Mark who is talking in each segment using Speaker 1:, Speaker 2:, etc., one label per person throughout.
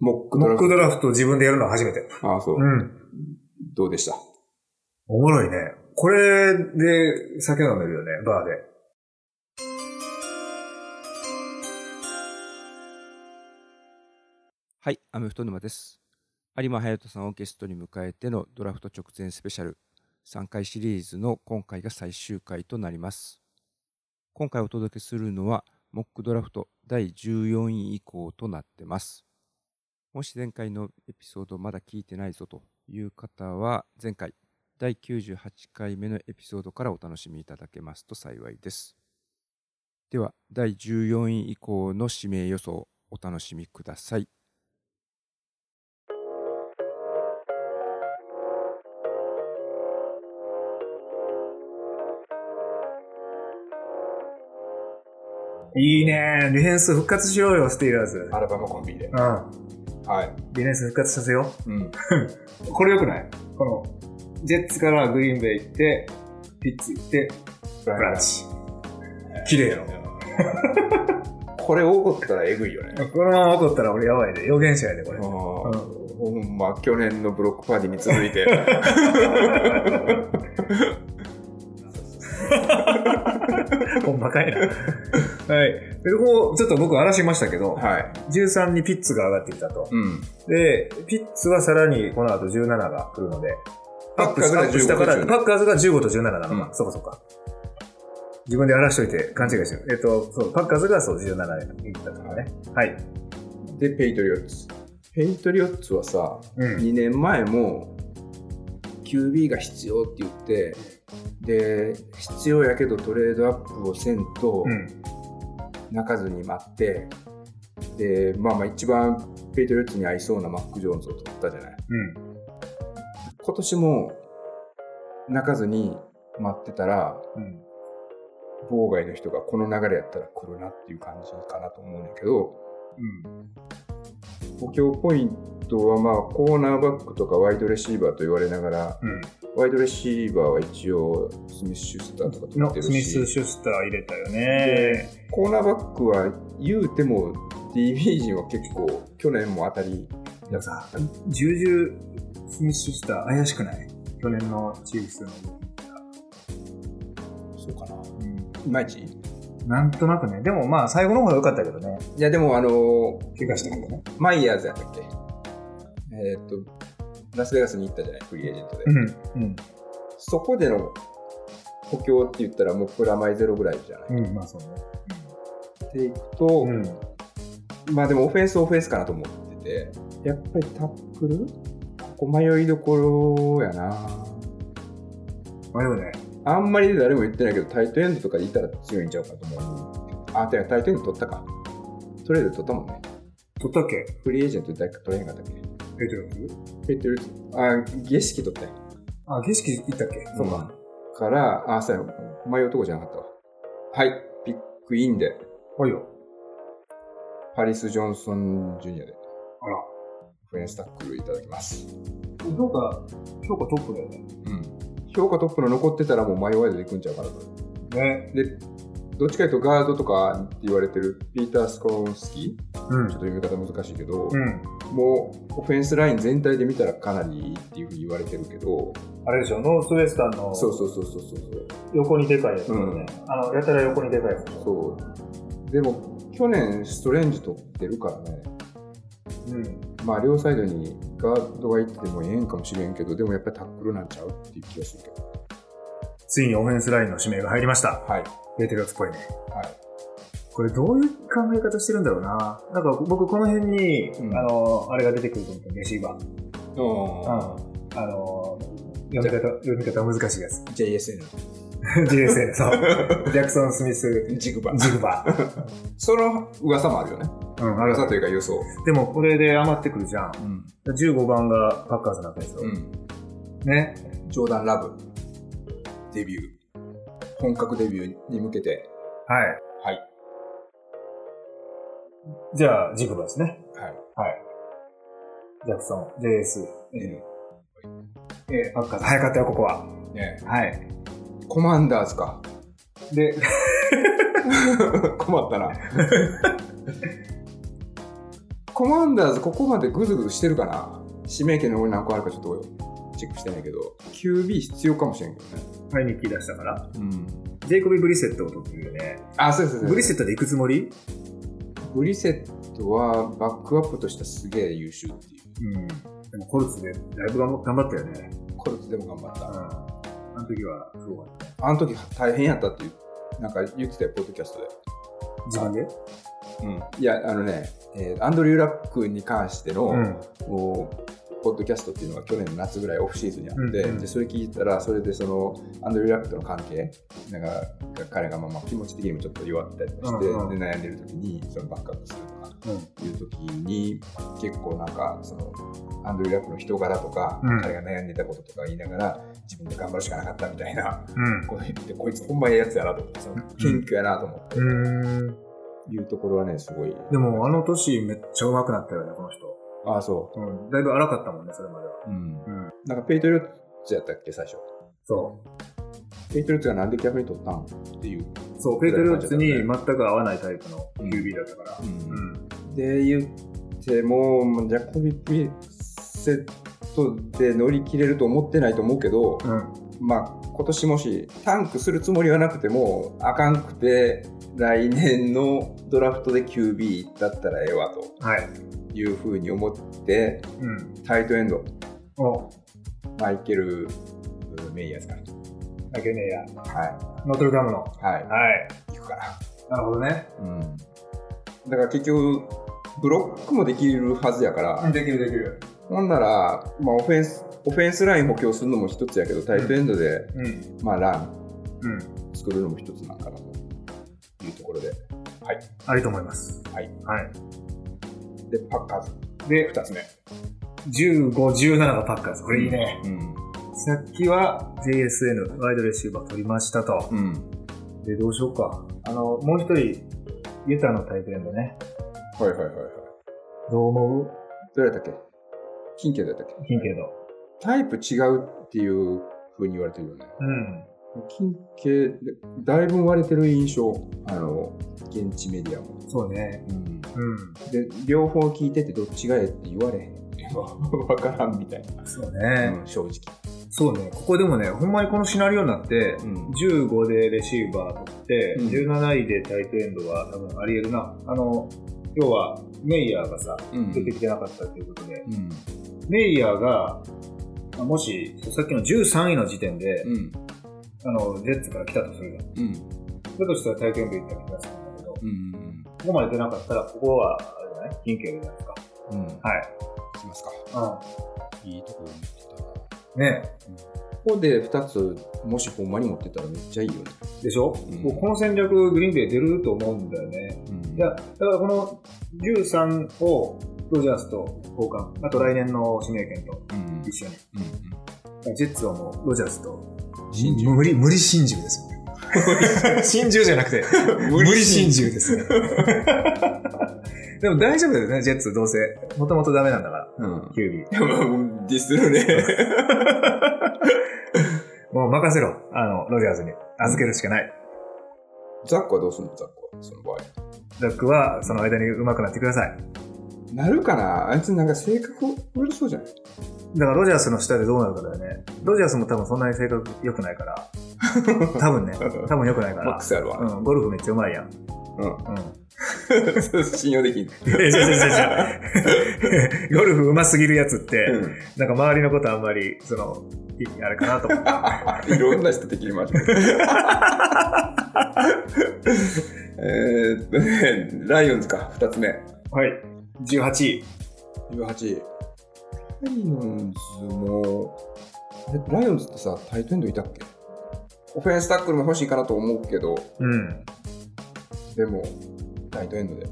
Speaker 1: モック
Speaker 2: モ
Speaker 1: ド
Speaker 2: ッ
Speaker 1: ラ
Speaker 2: ク
Speaker 1: フ
Speaker 2: ドラフト自分でやるのは初めて。
Speaker 1: ト。ああ、そう
Speaker 2: う。ん。
Speaker 1: どうでした
Speaker 2: おもろいね。これで酒飲めるよね、バーで。
Speaker 3: はい、アメフト沼です。有馬隼人さんをゲストに迎えてのドラフト直前スペシャル3回シリーズの今回が最終回となります。今回お届けするのはモックドラフト第14位以降となってます。もし前回のエピソードまだ聞いてないぞという方は前回第98回目のエピソードからお楽しみいただけますと幸いです。では第14位以降の指名予想をお楽しみください。
Speaker 2: いいねディフェンス復活しようよ、スティーラーズ。うん。
Speaker 1: アラバマコンビで。はい。
Speaker 2: ディフェンス復活させよ
Speaker 1: うん。
Speaker 2: う。これ良くないこの、ジェッツからグリーンベイ行って、ピッツ行って、
Speaker 1: ブ
Speaker 2: ブランチ。綺麗よ。
Speaker 1: これ多かったらえぐいよね。
Speaker 2: このまま怒ったら俺やばいで、予言者やで、これ。
Speaker 1: あ
Speaker 2: うん。
Speaker 1: あほんま、去年のブロックパーティーに続いて。
Speaker 2: ほんまかいな。はい。で、ここ、ちょっと僕荒らしましたけど、
Speaker 1: はい。
Speaker 2: 13にピッツが上がってきたと。
Speaker 1: うん。
Speaker 2: で、ピッツはさらにこの後17が来るので、
Speaker 1: パッカーズが
Speaker 2: アップしたから、
Speaker 1: 15と17
Speaker 2: パッカーズが15と17なのか、
Speaker 1: うん
Speaker 2: そこそこ。自分で荒らしといて勘違いしてる。えっと、そう、パッカーズがそう17に行ったからね。はい。
Speaker 1: で、ペイトリオッツ。ペイトリオッツはさ、
Speaker 2: うん。
Speaker 1: 2年前も QB が必要って言ってで必要やけどトレードアップをせんと
Speaker 2: うん。
Speaker 1: 泣かずに待って、でまあまあ一番ペイトリオッツに合いそうなマック・ジョーンズを取ったじゃない
Speaker 2: うん。
Speaker 1: 今年も泣かずに待ってたら
Speaker 2: うん。
Speaker 1: 妨害の人がこの流れやったら来るなっていう感じかなと思うんだけど補強ポイントはまあコーナーバックとかワイドレシーバーと言われながら
Speaker 2: うん。
Speaker 1: ワイドレシーバーは一応スミス・シュスターとか取って
Speaker 2: の、
Speaker 1: る
Speaker 2: スミス・
Speaker 1: し
Speaker 2: シュスター入れたよね。
Speaker 1: コーナーバックは言うても DB 陣は結構去年も当たり
Speaker 2: いやさ、重々スミス・シュスター怪しくない去年のチーフスの動き見たら
Speaker 1: そうかなうまいちい
Speaker 2: なんとなくね。でもまあ、最後の方が良かったけどね。
Speaker 1: やでもあのー
Speaker 2: 怪我したからね。
Speaker 1: マイヤーズやったっけえーっとラスベガスに行ったじゃないフリーエージェントで、
Speaker 2: うん。うん。
Speaker 1: そこでの補強って言ったらもうプラマイゼロぐらいじゃない、
Speaker 2: うん、まあそうね。
Speaker 1: っていくと、
Speaker 2: ん。
Speaker 1: まあでもオフェンスオフェンスかなと思ってて、やっぱりタックルここ迷いどころやな。
Speaker 2: まあでもね、
Speaker 1: あんまり誰も言ってないけど、タイトエンドとかでいたら強いんちゃうかと思う。あ、てかタイトエンド取ったか。トレード取ったもんね。
Speaker 2: 取ったっけ
Speaker 1: フリーエージェントで誰か取れへんかったっけ
Speaker 2: ペトロス
Speaker 1: ペットルあ、ゲシキ取ったよ。
Speaker 2: あ、景色行ったっけそうか。
Speaker 1: から、あ、そうや、迷うとこじゃなかったわ。はい、ピックインで、
Speaker 2: はいよ。
Speaker 1: パリス・ジョンソン・ジュニアで、
Speaker 2: あら。
Speaker 1: フェンスタックルいただきます。
Speaker 2: 評価、評価トップだよね。
Speaker 1: うん。評価トップの残ってたらもう迷わずでいくんちゃうかなと。
Speaker 2: ね。
Speaker 1: で、どっちかというとガードとかって言われてるピーター・スコロンスキー、ち
Speaker 2: う
Speaker 1: ょっと。読み方難しいけど、
Speaker 2: うん。
Speaker 1: もうオフェンスライン全体で見たらかなりいいっていうふうに言われてるけど、
Speaker 2: あれでしょ、ノースウェスタンの
Speaker 1: そうそうそうそうそう
Speaker 2: 横にでかいやつだよね。あの、やたら横にでかいやつ。
Speaker 1: そうそう。でも、去年ストレンジ取ってるからね、
Speaker 2: うん。
Speaker 1: まあ両サイドにガードがいっててもええんかもしれんけど、でもやっぱりタックルなんちゃうっていう気がするけど。
Speaker 2: ついにオフェンスラインの指名が入りました。
Speaker 1: はい。
Speaker 2: ベテランっぽいね。
Speaker 1: はい。
Speaker 2: これどういう考え方してるんだろうな。なんか僕この辺に、
Speaker 1: うん
Speaker 2: あの、あれが出てくると思ったレシーバー。
Speaker 1: う
Speaker 2: あの、読み方、読み方難しいやつ。
Speaker 1: ん。JSN。
Speaker 2: JSN、そ う。ジャクソン・スミス、
Speaker 1: ジグバ。
Speaker 2: ジグバー。
Speaker 1: その噂もあるよね。
Speaker 2: うん、ある
Speaker 1: 噂というか予想。
Speaker 2: でもこれで余ってくるじゃん。
Speaker 1: うん。
Speaker 2: 15番がパッカーズなわけですよ。
Speaker 1: うん。
Speaker 2: ね。
Speaker 1: ジョーダン・ラブ、デビュー、本格デビューに向けて、は
Speaker 2: はい。
Speaker 1: い。
Speaker 2: じゃあ、ジグバーですね。
Speaker 1: はい。
Speaker 2: ジャクソン、JS。
Speaker 1: ね
Speaker 2: えー、パッカーズ。早かったよ、ここは。
Speaker 1: ね
Speaker 2: はい。
Speaker 1: コマンダーズか。
Speaker 2: で、
Speaker 1: 困ったな。コマンダーズここまでグズグズしてるかな指名権の俺何個あるかちょっとチェックしてないけど QB 必要かもしれんけどね
Speaker 2: 前に聞き出したから。
Speaker 1: うん
Speaker 2: ジェイコビー・ブリセットを取ってるよね。
Speaker 1: あそうですそうです
Speaker 2: ブリセットで行くつもり
Speaker 1: ブリセットはバックアップとしてはすげえ優秀ってい
Speaker 2: うん。でもコルツでだいぶ頑張ったよね。
Speaker 1: うコルツでも頑張っ
Speaker 2: うん。
Speaker 1: た
Speaker 2: あの時は、すごかった。
Speaker 1: あの時大変やったっていうなんか言ってたよポッドキャストで
Speaker 2: 自分で
Speaker 1: いやあのね、えーアンドリュー・ラックに関しての、
Speaker 2: うん。
Speaker 1: もうポッドキャストっていうのが去年の夏ぐらいオフシーズンにあって、
Speaker 2: うんうん
Speaker 1: でそれ聞いたらそれでそのアンドリュー・ラックとの関係なんかが彼がまあまあ気持ち的にもちょっと弱ってたりとかして、
Speaker 2: うんう
Speaker 1: で
Speaker 2: ん
Speaker 1: 悩んでる時にそのバックアップするとか
Speaker 2: うん。
Speaker 1: いう時に結構なんかそのアンドリュー・ラックの人柄とか、
Speaker 2: うん
Speaker 1: 彼が悩んでたこととか言いながら自分で頑張るしかなかったみたいな
Speaker 2: うん。
Speaker 1: こと言ってこいつほんまええやつやなと思ってその謙虚やなと思って、
Speaker 2: うん。
Speaker 1: いうところはねすごい
Speaker 2: でも、あの年めっちゃ上手くなったよね、この人。
Speaker 1: ああそう
Speaker 2: うん。だいぶ荒かったもんね、それまでは。
Speaker 1: うん
Speaker 2: うん。
Speaker 1: なんかペイトリオッツやったっけ最初
Speaker 2: そ
Speaker 1: ペイトリオッツがなんで逆に取ったんっていう、
Speaker 2: う。そう、ペイトリオッツに全く合わないタイプの QB だったから。うん。
Speaker 1: で言ってもジャコビ・ピセットで乗り切れると思ってないと思うけど、
Speaker 2: うん。
Speaker 1: まあ今年もしタンクするつもりはなくてもあかんくて来年のドラフトで QB だったらええわと
Speaker 2: はい。
Speaker 1: いうふうに思って
Speaker 2: うん。
Speaker 1: タイトエンド
Speaker 2: お、
Speaker 1: マイケル・メイヤーですか
Speaker 2: だけねえや。
Speaker 1: は
Speaker 2: ノートルダムの。はい。
Speaker 1: はいい行くかな
Speaker 2: なるほどね。
Speaker 1: うん、だから結局ブロックもできるはずやから、
Speaker 2: うん、できるできる。
Speaker 1: ほんなら、まあ、オフェンスオフェンスライン補強するのも一つやけどタイトエンドで、
Speaker 2: うん。
Speaker 1: まあ、ラン
Speaker 2: うん。
Speaker 1: 作るのも一つなんかなというところで
Speaker 2: ありと思います。
Speaker 1: はい。
Speaker 2: は
Speaker 1: でパッカーズ
Speaker 2: い。で、
Speaker 1: 2つ目、
Speaker 2: 15、17がパッカーズ。これいいね。
Speaker 1: うん
Speaker 2: さっきは JSN、ワイドレシーバー取りましたと。
Speaker 1: うん、
Speaker 2: で、どうしようか。あの、もう一人、ユタのタイトルエンドね。
Speaker 1: はいはいはいはい
Speaker 2: どう思う
Speaker 1: どれだったっけ金券だったっけ
Speaker 2: 金系の。
Speaker 1: タイプ違うっていうふうに言われてるよね
Speaker 2: うん。
Speaker 1: 金系でだいぶ割れてる印象あの現地メディアも、
Speaker 2: そうね。
Speaker 1: うん、
Speaker 2: う
Speaker 1: で両方聞いててどっちがええって言われへん わからんみたい
Speaker 2: ん。そう
Speaker 1: な、
Speaker 2: ね、
Speaker 1: うん正直
Speaker 2: そうね。ここでもね、ほんまにこのシナリオになって、
Speaker 1: うん
Speaker 2: 15でレシーバー取って、
Speaker 1: うん
Speaker 2: 17位でタイトエンドは多分あり得るな。あの、要は、メイヤーがさ、
Speaker 1: うん
Speaker 2: 出てきてなかったということで、
Speaker 1: うん
Speaker 2: メイヤーが、まあもし、さっきの13位の時点で、
Speaker 1: うん
Speaker 2: あの、ジェッツから来たとするじゃん。
Speaker 1: うん
Speaker 2: だとしたら体験部行ったら気がするんだけど、こ
Speaker 1: うん
Speaker 2: こまで出なかったら、ここは、あれじゃない近畿じゃないですか。
Speaker 1: うん
Speaker 2: はい
Speaker 1: いきますか。いいところ持ってたな
Speaker 2: うん。ね
Speaker 1: ここで2つもしほんまに持ってたらめっちゃいいよね、
Speaker 2: でしょ、
Speaker 1: うん
Speaker 2: もうこの戦略、グリーンベイ出ると思うんだよね。いや、だからこの13をロジャースと交換、あと来年の指名権と
Speaker 1: うん
Speaker 2: 一緒に。
Speaker 1: うん
Speaker 2: ジェッツはもうロジャースと。
Speaker 1: 真珠
Speaker 4: 無理、無理真珠ですよ。 真珠じゃなくて、 無理真珠ですね。
Speaker 2: でも大丈夫だよね、ジェッツどうせ。もともとダメなんだから、
Speaker 1: うん
Speaker 2: キュービー。
Speaker 1: で もディスる ね
Speaker 2: もう任せろ、あの、ロジャーズに。預けるしかない。
Speaker 1: ザックはどうすんのザックはその場合
Speaker 2: ザックはその間に上手くなってください。
Speaker 1: なるかなあいつなんか性格悪そうじ ゃない
Speaker 2: だからロジャースの下でどうなるかだよね。ロジャースも多分そんなに性格良くないから。多分ね。多分良くない
Speaker 1: マ
Speaker 2: か
Speaker 1: ッ
Speaker 2: ら
Speaker 1: ク。スやるわ、
Speaker 2: うん、ゴルフめっちゃうまいやん。
Speaker 1: うん
Speaker 2: うん。
Speaker 1: 信用できん、
Speaker 2: え、じゃじゃじゃ ゴルフうますぎるやつって、
Speaker 1: うん
Speaker 2: なんか周りのことあんまり、その、いあれかなと思って。
Speaker 1: いろん な人的に回して くるえーっとね、ライオンズか、2つ目。
Speaker 2: はい。18位。
Speaker 1: 18。ライオンズも、あれライオンズってさ、タイトエンドいたっけオフェンスタックルも欲しいかなと思うけど、
Speaker 2: うん。
Speaker 1: でも、タイトエンドで。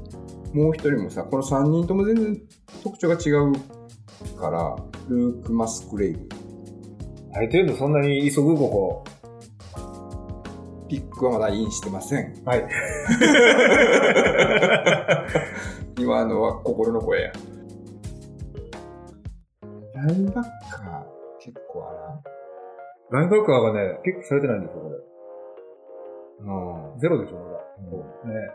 Speaker 1: もう1人もさ、この3人とも全然特徴が違うから、ルーク・マスクレイブ。
Speaker 2: 相手のそんなに急ぐこ
Speaker 1: ピックはまだインしてません。
Speaker 2: こ。はい。
Speaker 1: 今のは心の声や。ラインバッカー、結構あら
Speaker 2: ラ インバッカーがね、結構されてないんですよ、これ。
Speaker 1: ん。うん
Speaker 2: ゼロでしょ、まだ。ね。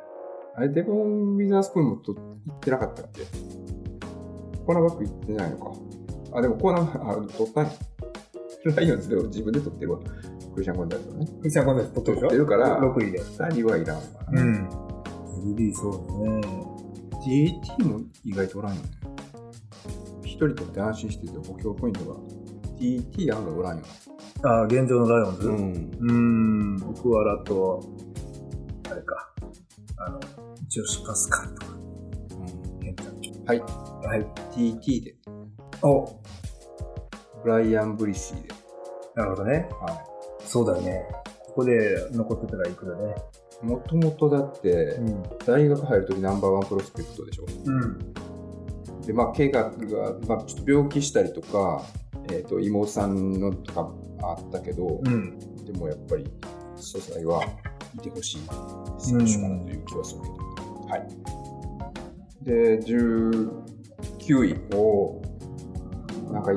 Speaker 1: あれ、デボン・ウィザースプーンもと言ってなかったっけコーナーバック行ってないのか。あ、でもコーナーバック、あ、取ったんや。ライオンズでも自分で取ってるわ。クリスチャン・コンダルとね。
Speaker 2: ミサコンダス取ってるでし
Speaker 1: 取
Speaker 2: ょ
Speaker 1: ってるから
Speaker 2: 6位で。
Speaker 1: 2人はいらんわ。
Speaker 2: うん。LB そうですね。
Speaker 1: DAT も意外とおらんよね。一人取って安心してて補強ポイントが。DT 案がおらんよね。。
Speaker 2: あー現状のライオンズ。うんーん、奥原と、あれか、あの、ジョシュ・パスカルとか、ケンタッキー。
Speaker 1: はい。
Speaker 2: はい。
Speaker 1: TT で。
Speaker 2: お、
Speaker 1: ブライアン・ブリッシーで。
Speaker 2: なるほどね。
Speaker 1: は
Speaker 2: そうだよね。ここで残ってたらいくよね。
Speaker 1: い。もともとだって、
Speaker 2: ん。
Speaker 1: 大学入るときナンバーワンプロスペクトでしょ。
Speaker 2: うん。
Speaker 1: で、まあ、怪我が、まあ、ちょっと病気したりとか、えっ、と、妹さんのとかあったけど、
Speaker 2: うん。
Speaker 1: でもやっぱり、素材はいてほしい選手かなという気はするけど。はい。で、19位を、なんか、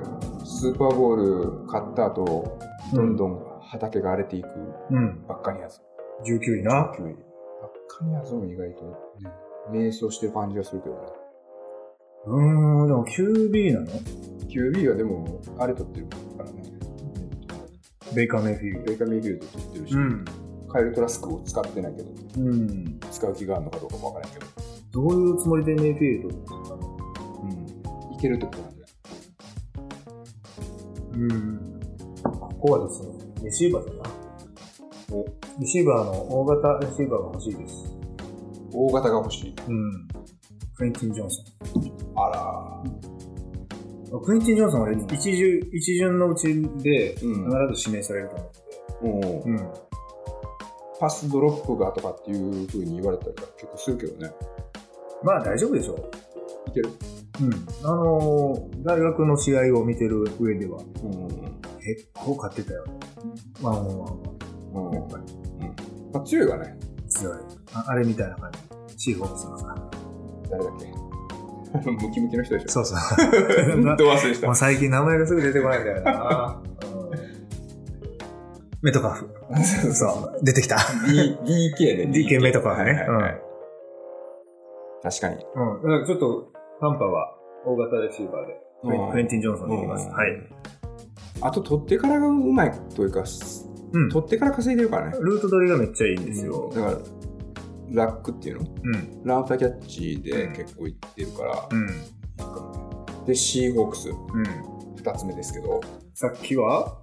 Speaker 1: スーパーボール買った後、どんどん畑が荒れていく
Speaker 2: うん。
Speaker 1: ばっかりやつ。
Speaker 2: 19位な。
Speaker 1: 9位。バッカニアーズも意外と、ね、迷走してる感じがするけどね。
Speaker 2: うーん、でも QB なの
Speaker 1: QB はでも、あれ取ってるからね。
Speaker 2: ベイカー・メイフィール
Speaker 1: ベイカー・メイフィールド取ってるし、
Speaker 2: ド。ん。
Speaker 1: カイル・トラスクを使ってないけど、
Speaker 2: うん。
Speaker 1: 使う気があるのかどうかもわからないけど、
Speaker 2: どういうつもりでメイフィールド
Speaker 1: いけるってことなんだよ。
Speaker 2: うん。ここはですね、レシーバーだな。
Speaker 1: お
Speaker 2: レシーバーの大型レシーバーが欲しいです。
Speaker 1: 大型が欲しい。
Speaker 2: うん。クエンティン・ジョンソ
Speaker 1: あら
Speaker 2: ン。クエンティン・ジョンソンは俺、一巡、一巡のうちで、必
Speaker 1: うん
Speaker 2: ず指名されると思
Speaker 1: ー。も
Speaker 2: う。
Speaker 1: う、
Speaker 2: うん。
Speaker 1: パスドロップがとかっていう風に言われたりとか結構するけどね。
Speaker 2: まあ大丈夫でしょう。
Speaker 1: いける。
Speaker 2: うん。あのー大学の試合を見てる上では、
Speaker 1: うん。
Speaker 2: 結構勝ってたよね。ワンオンワンは。
Speaker 1: うん。
Speaker 2: や
Speaker 1: う
Speaker 2: っ
Speaker 1: ん
Speaker 2: ぱり
Speaker 1: まあ、強いがね、
Speaker 2: 強い。ああれみたいな感じ。シーフォークさんが。
Speaker 1: 誰だっけ。 あのムキムキの人 でしょ。
Speaker 2: そうそう。
Speaker 1: 本当忘れし
Speaker 2: も
Speaker 1: た
Speaker 2: う。最近名前がすぐ出てこないんだよな。 うんメトカフ。 そう。出てきた。
Speaker 1: D、DK ね。
Speaker 2: DK メトカフね。
Speaker 1: はいはいはい確かに。
Speaker 2: うん。うん。だからちょっと、カンパは大型レシーバーで。クエンクエンティン・ジョンソンでいきます。
Speaker 1: うん
Speaker 2: はい。
Speaker 1: あと、取ってからがうまいというか、
Speaker 2: うん。
Speaker 1: 取ってから稼いでるからね。
Speaker 2: ルート取りがめっちゃいいんですよ
Speaker 1: だ。から、ラックっていうの
Speaker 2: うん。
Speaker 1: ランファキャッチで結構いってるから、
Speaker 2: うん。
Speaker 1: で、シーホークス、
Speaker 2: うん。
Speaker 1: 2つ目ですけど、
Speaker 2: さっきは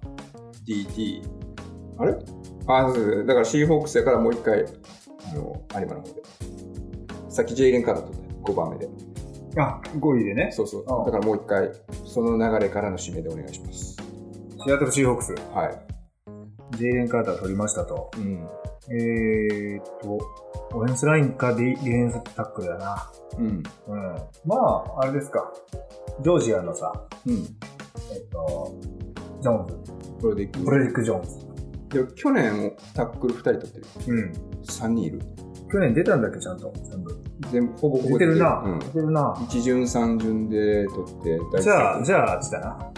Speaker 1: DT、あれあ、そうそうだからシーホークスやからもう一回、あの、有馬の方で。さっきジェイレンカーだったね、5番目で。
Speaker 2: あ、5位でね。
Speaker 1: そうそう。
Speaker 2: ああ
Speaker 1: だからもう一回、その流れからの指名でお願いします。
Speaker 2: シアトル・シーホークス。
Speaker 1: は
Speaker 2: ジェイレン・カーター取りましたと。
Speaker 1: い。うん。
Speaker 2: えーっと、オフェンスラインかディディフェンスタックルだな。
Speaker 1: うん。
Speaker 2: うん。まあ、あれですか。ジョージアのさ、
Speaker 1: うん。
Speaker 2: えっと、ジョーンズ。
Speaker 1: これでいく。
Speaker 2: ブレリック・ジョーンズ。
Speaker 1: でも去年、タックル2人取ってる。
Speaker 2: うん。
Speaker 1: 3人いる。
Speaker 2: 去年出たんだっけ、ちゃんと。全部。
Speaker 1: 全部、ほぼほぼ
Speaker 2: 出てるな。
Speaker 1: うん
Speaker 2: 出てるな。
Speaker 1: 一巡三巡で取って大
Speaker 2: じゃあ、
Speaker 1: 丈
Speaker 2: じゃあ、あっちだな。あ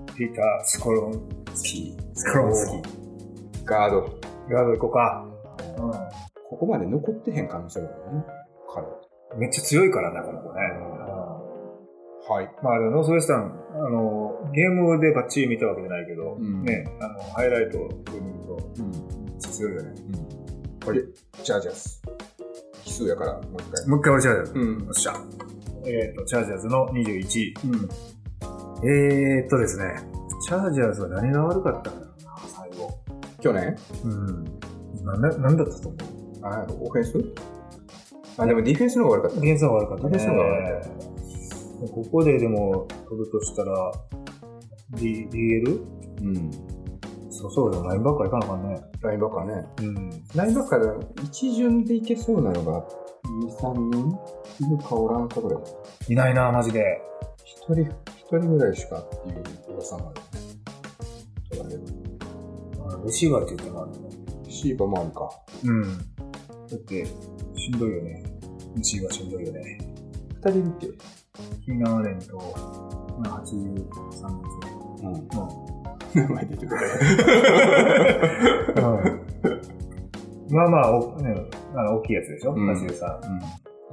Speaker 2: の、ピーター・スコロン、
Speaker 1: 夫スキー
Speaker 2: スコロンスキー。
Speaker 1: ガード
Speaker 2: ガード行こうか。う
Speaker 1: ここまで残ってへん可能性もあるね彼
Speaker 2: ん。めっちゃ強いからな、この子ね。
Speaker 1: はい
Speaker 2: まあ、ノースウェスタン、あの、ゲームでバッチリ見たわけじゃないけど、
Speaker 1: うん
Speaker 2: ね、あの、ハイライトで見ると、
Speaker 1: うん
Speaker 2: 強いよね。
Speaker 1: これチャージャース奇数やからもう一回
Speaker 2: もう一回俺チャージャーズ。よ
Speaker 1: うん
Speaker 2: っしゃ。えっ、と、チャージャーズの21位。
Speaker 1: うん
Speaker 2: えー、っとですね、チャージャーズは何が悪かったんだろうな、最後。
Speaker 1: 去年
Speaker 2: うん。なんだ、なんだったと思う
Speaker 1: あオフェンスあでもディフェンスの方が悪かっ
Speaker 2: ディフェンスの方が悪かった、
Speaker 1: ディフェンスの方が悪
Speaker 2: かった。ここででも、取るとしたら、D、DL?
Speaker 1: たうん
Speaker 2: そうそうよ、ラインバッカーいかなあかんね。
Speaker 1: ラインバッカーね
Speaker 2: うん。
Speaker 1: ラインバッカーで一巡でいけそうなのが23人いるかおらんかぐらい
Speaker 2: いないな、マジで。
Speaker 1: 一人一人ぐらいしかっていう噂もあるね取られる
Speaker 2: うんレシーバーって言ってもあるね。
Speaker 1: シーバもあるか
Speaker 2: うん。だって、しんどいよね。レシーバーしんどいよね。
Speaker 1: 二人見て
Speaker 2: キーガン・アレンと、まあ、83ですね。
Speaker 1: うん
Speaker 2: うん。
Speaker 1: 名前出てこない。
Speaker 2: まあまあ、おね、あの大きいやつでしょ、
Speaker 1: うん
Speaker 2: ?83。
Speaker 1: あ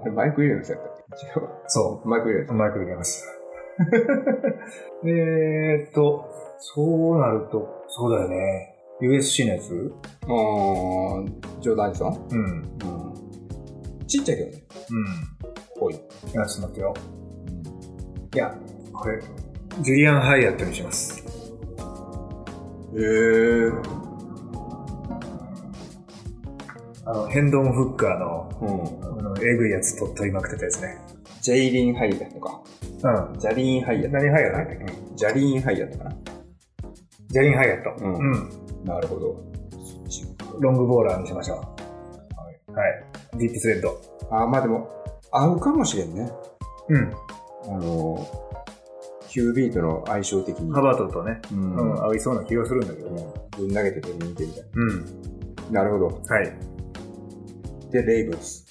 Speaker 1: れマイク・ウィリアムスやったっけ違うわ。
Speaker 2: そ
Speaker 1: マイク入れ
Speaker 2: う。マイク入れます。 えーっと、そうなると、そうだよね。USC のやつう
Speaker 1: あー、ジョーダン・アニソン、
Speaker 2: ん。うん。
Speaker 1: ちっちゃいけどね。ぽい。
Speaker 2: いや、ちょっと待ってよ。いや、これ、ジュリアン・ハイアットにします。
Speaker 1: えー。
Speaker 2: あの、ヘンドン・フッカーの、
Speaker 1: うん。
Speaker 2: あのえぐいやつと取りまくってたやつね。
Speaker 1: ジェイリン・ハイヤットか。
Speaker 2: うん。
Speaker 1: ジャリーン・ハイヤッ
Speaker 2: 何ハイアット
Speaker 1: ト。ジャリーン・ハイヤットかな。
Speaker 2: ジャリン・ハイアット。
Speaker 1: うん
Speaker 2: うん
Speaker 1: なるほど。そっち
Speaker 2: ロングボーラーにしましょう。はい。ディープスレッド。
Speaker 1: あー、まあでも、合うかもしれんね。
Speaker 2: うん。
Speaker 1: あのー、9ビートの相性的に。
Speaker 2: ハバートとね、
Speaker 1: う。
Speaker 2: うんん、
Speaker 1: うん。
Speaker 2: 合いそうな気がするんだけどね。
Speaker 1: ぶん投げて取りに行けみたい
Speaker 2: うん。
Speaker 1: な。なるほど。
Speaker 2: はい。
Speaker 1: で、レイブンス。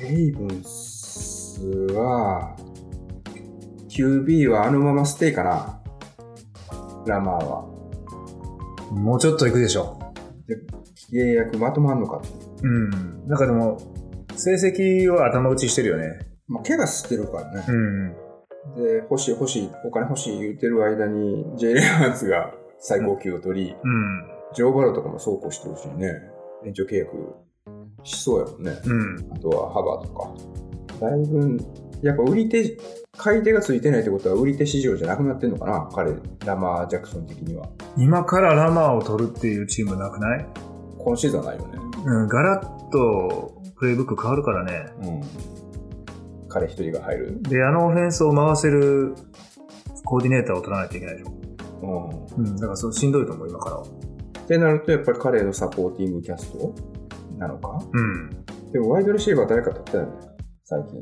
Speaker 1: レイブンスは、QB はあのままステイかな。ラマーは。
Speaker 2: もうちょっと行くでしょ。
Speaker 1: 契約まとまんのかって。
Speaker 2: うん。なんかでも、成績は頭打ちしてるよね。
Speaker 1: まあ、怪我してるからね。
Speaker 2: うん。
Speaker 1: で、欲しい欲しい、お金欲しい言ってる間に、ジェイレアンスが最高級を取り、
Speaker 2: うん。
Speaker 1: ジョー・バロとかもそうこうしてるしね、延長契約しそうやもんね。
Speaker 2: うん。
Speaker 1: あとはハバーとか。だいぶ、やっぱ売り手、買い手がついてないってことは売り手市場じゃなくなってんのかな彼、ラマー・ジャクソン的には。
Speaker 2: 今からラマーを取るっていうチームなくない
Speaker 1: 今シーズンはないよね。
Speaker 2: うん。ガラッとプレイブック変わるからね。
Speaker 1: うん。彼一人が入る。
Speaker 2: で、あのオフェンスを回せるコーディネーターを取らないといけないでしょ。
Speaker 1: うん。っ
Speaker 2: うん。だからそうしんどいと思う、今からは。
Speaker 1: てなると、やっぱり彼のサポーティングキャストなのか
Speaker 2: うん。
Speaker 1: でもワイドレシーバー誰か取ったよね、最近。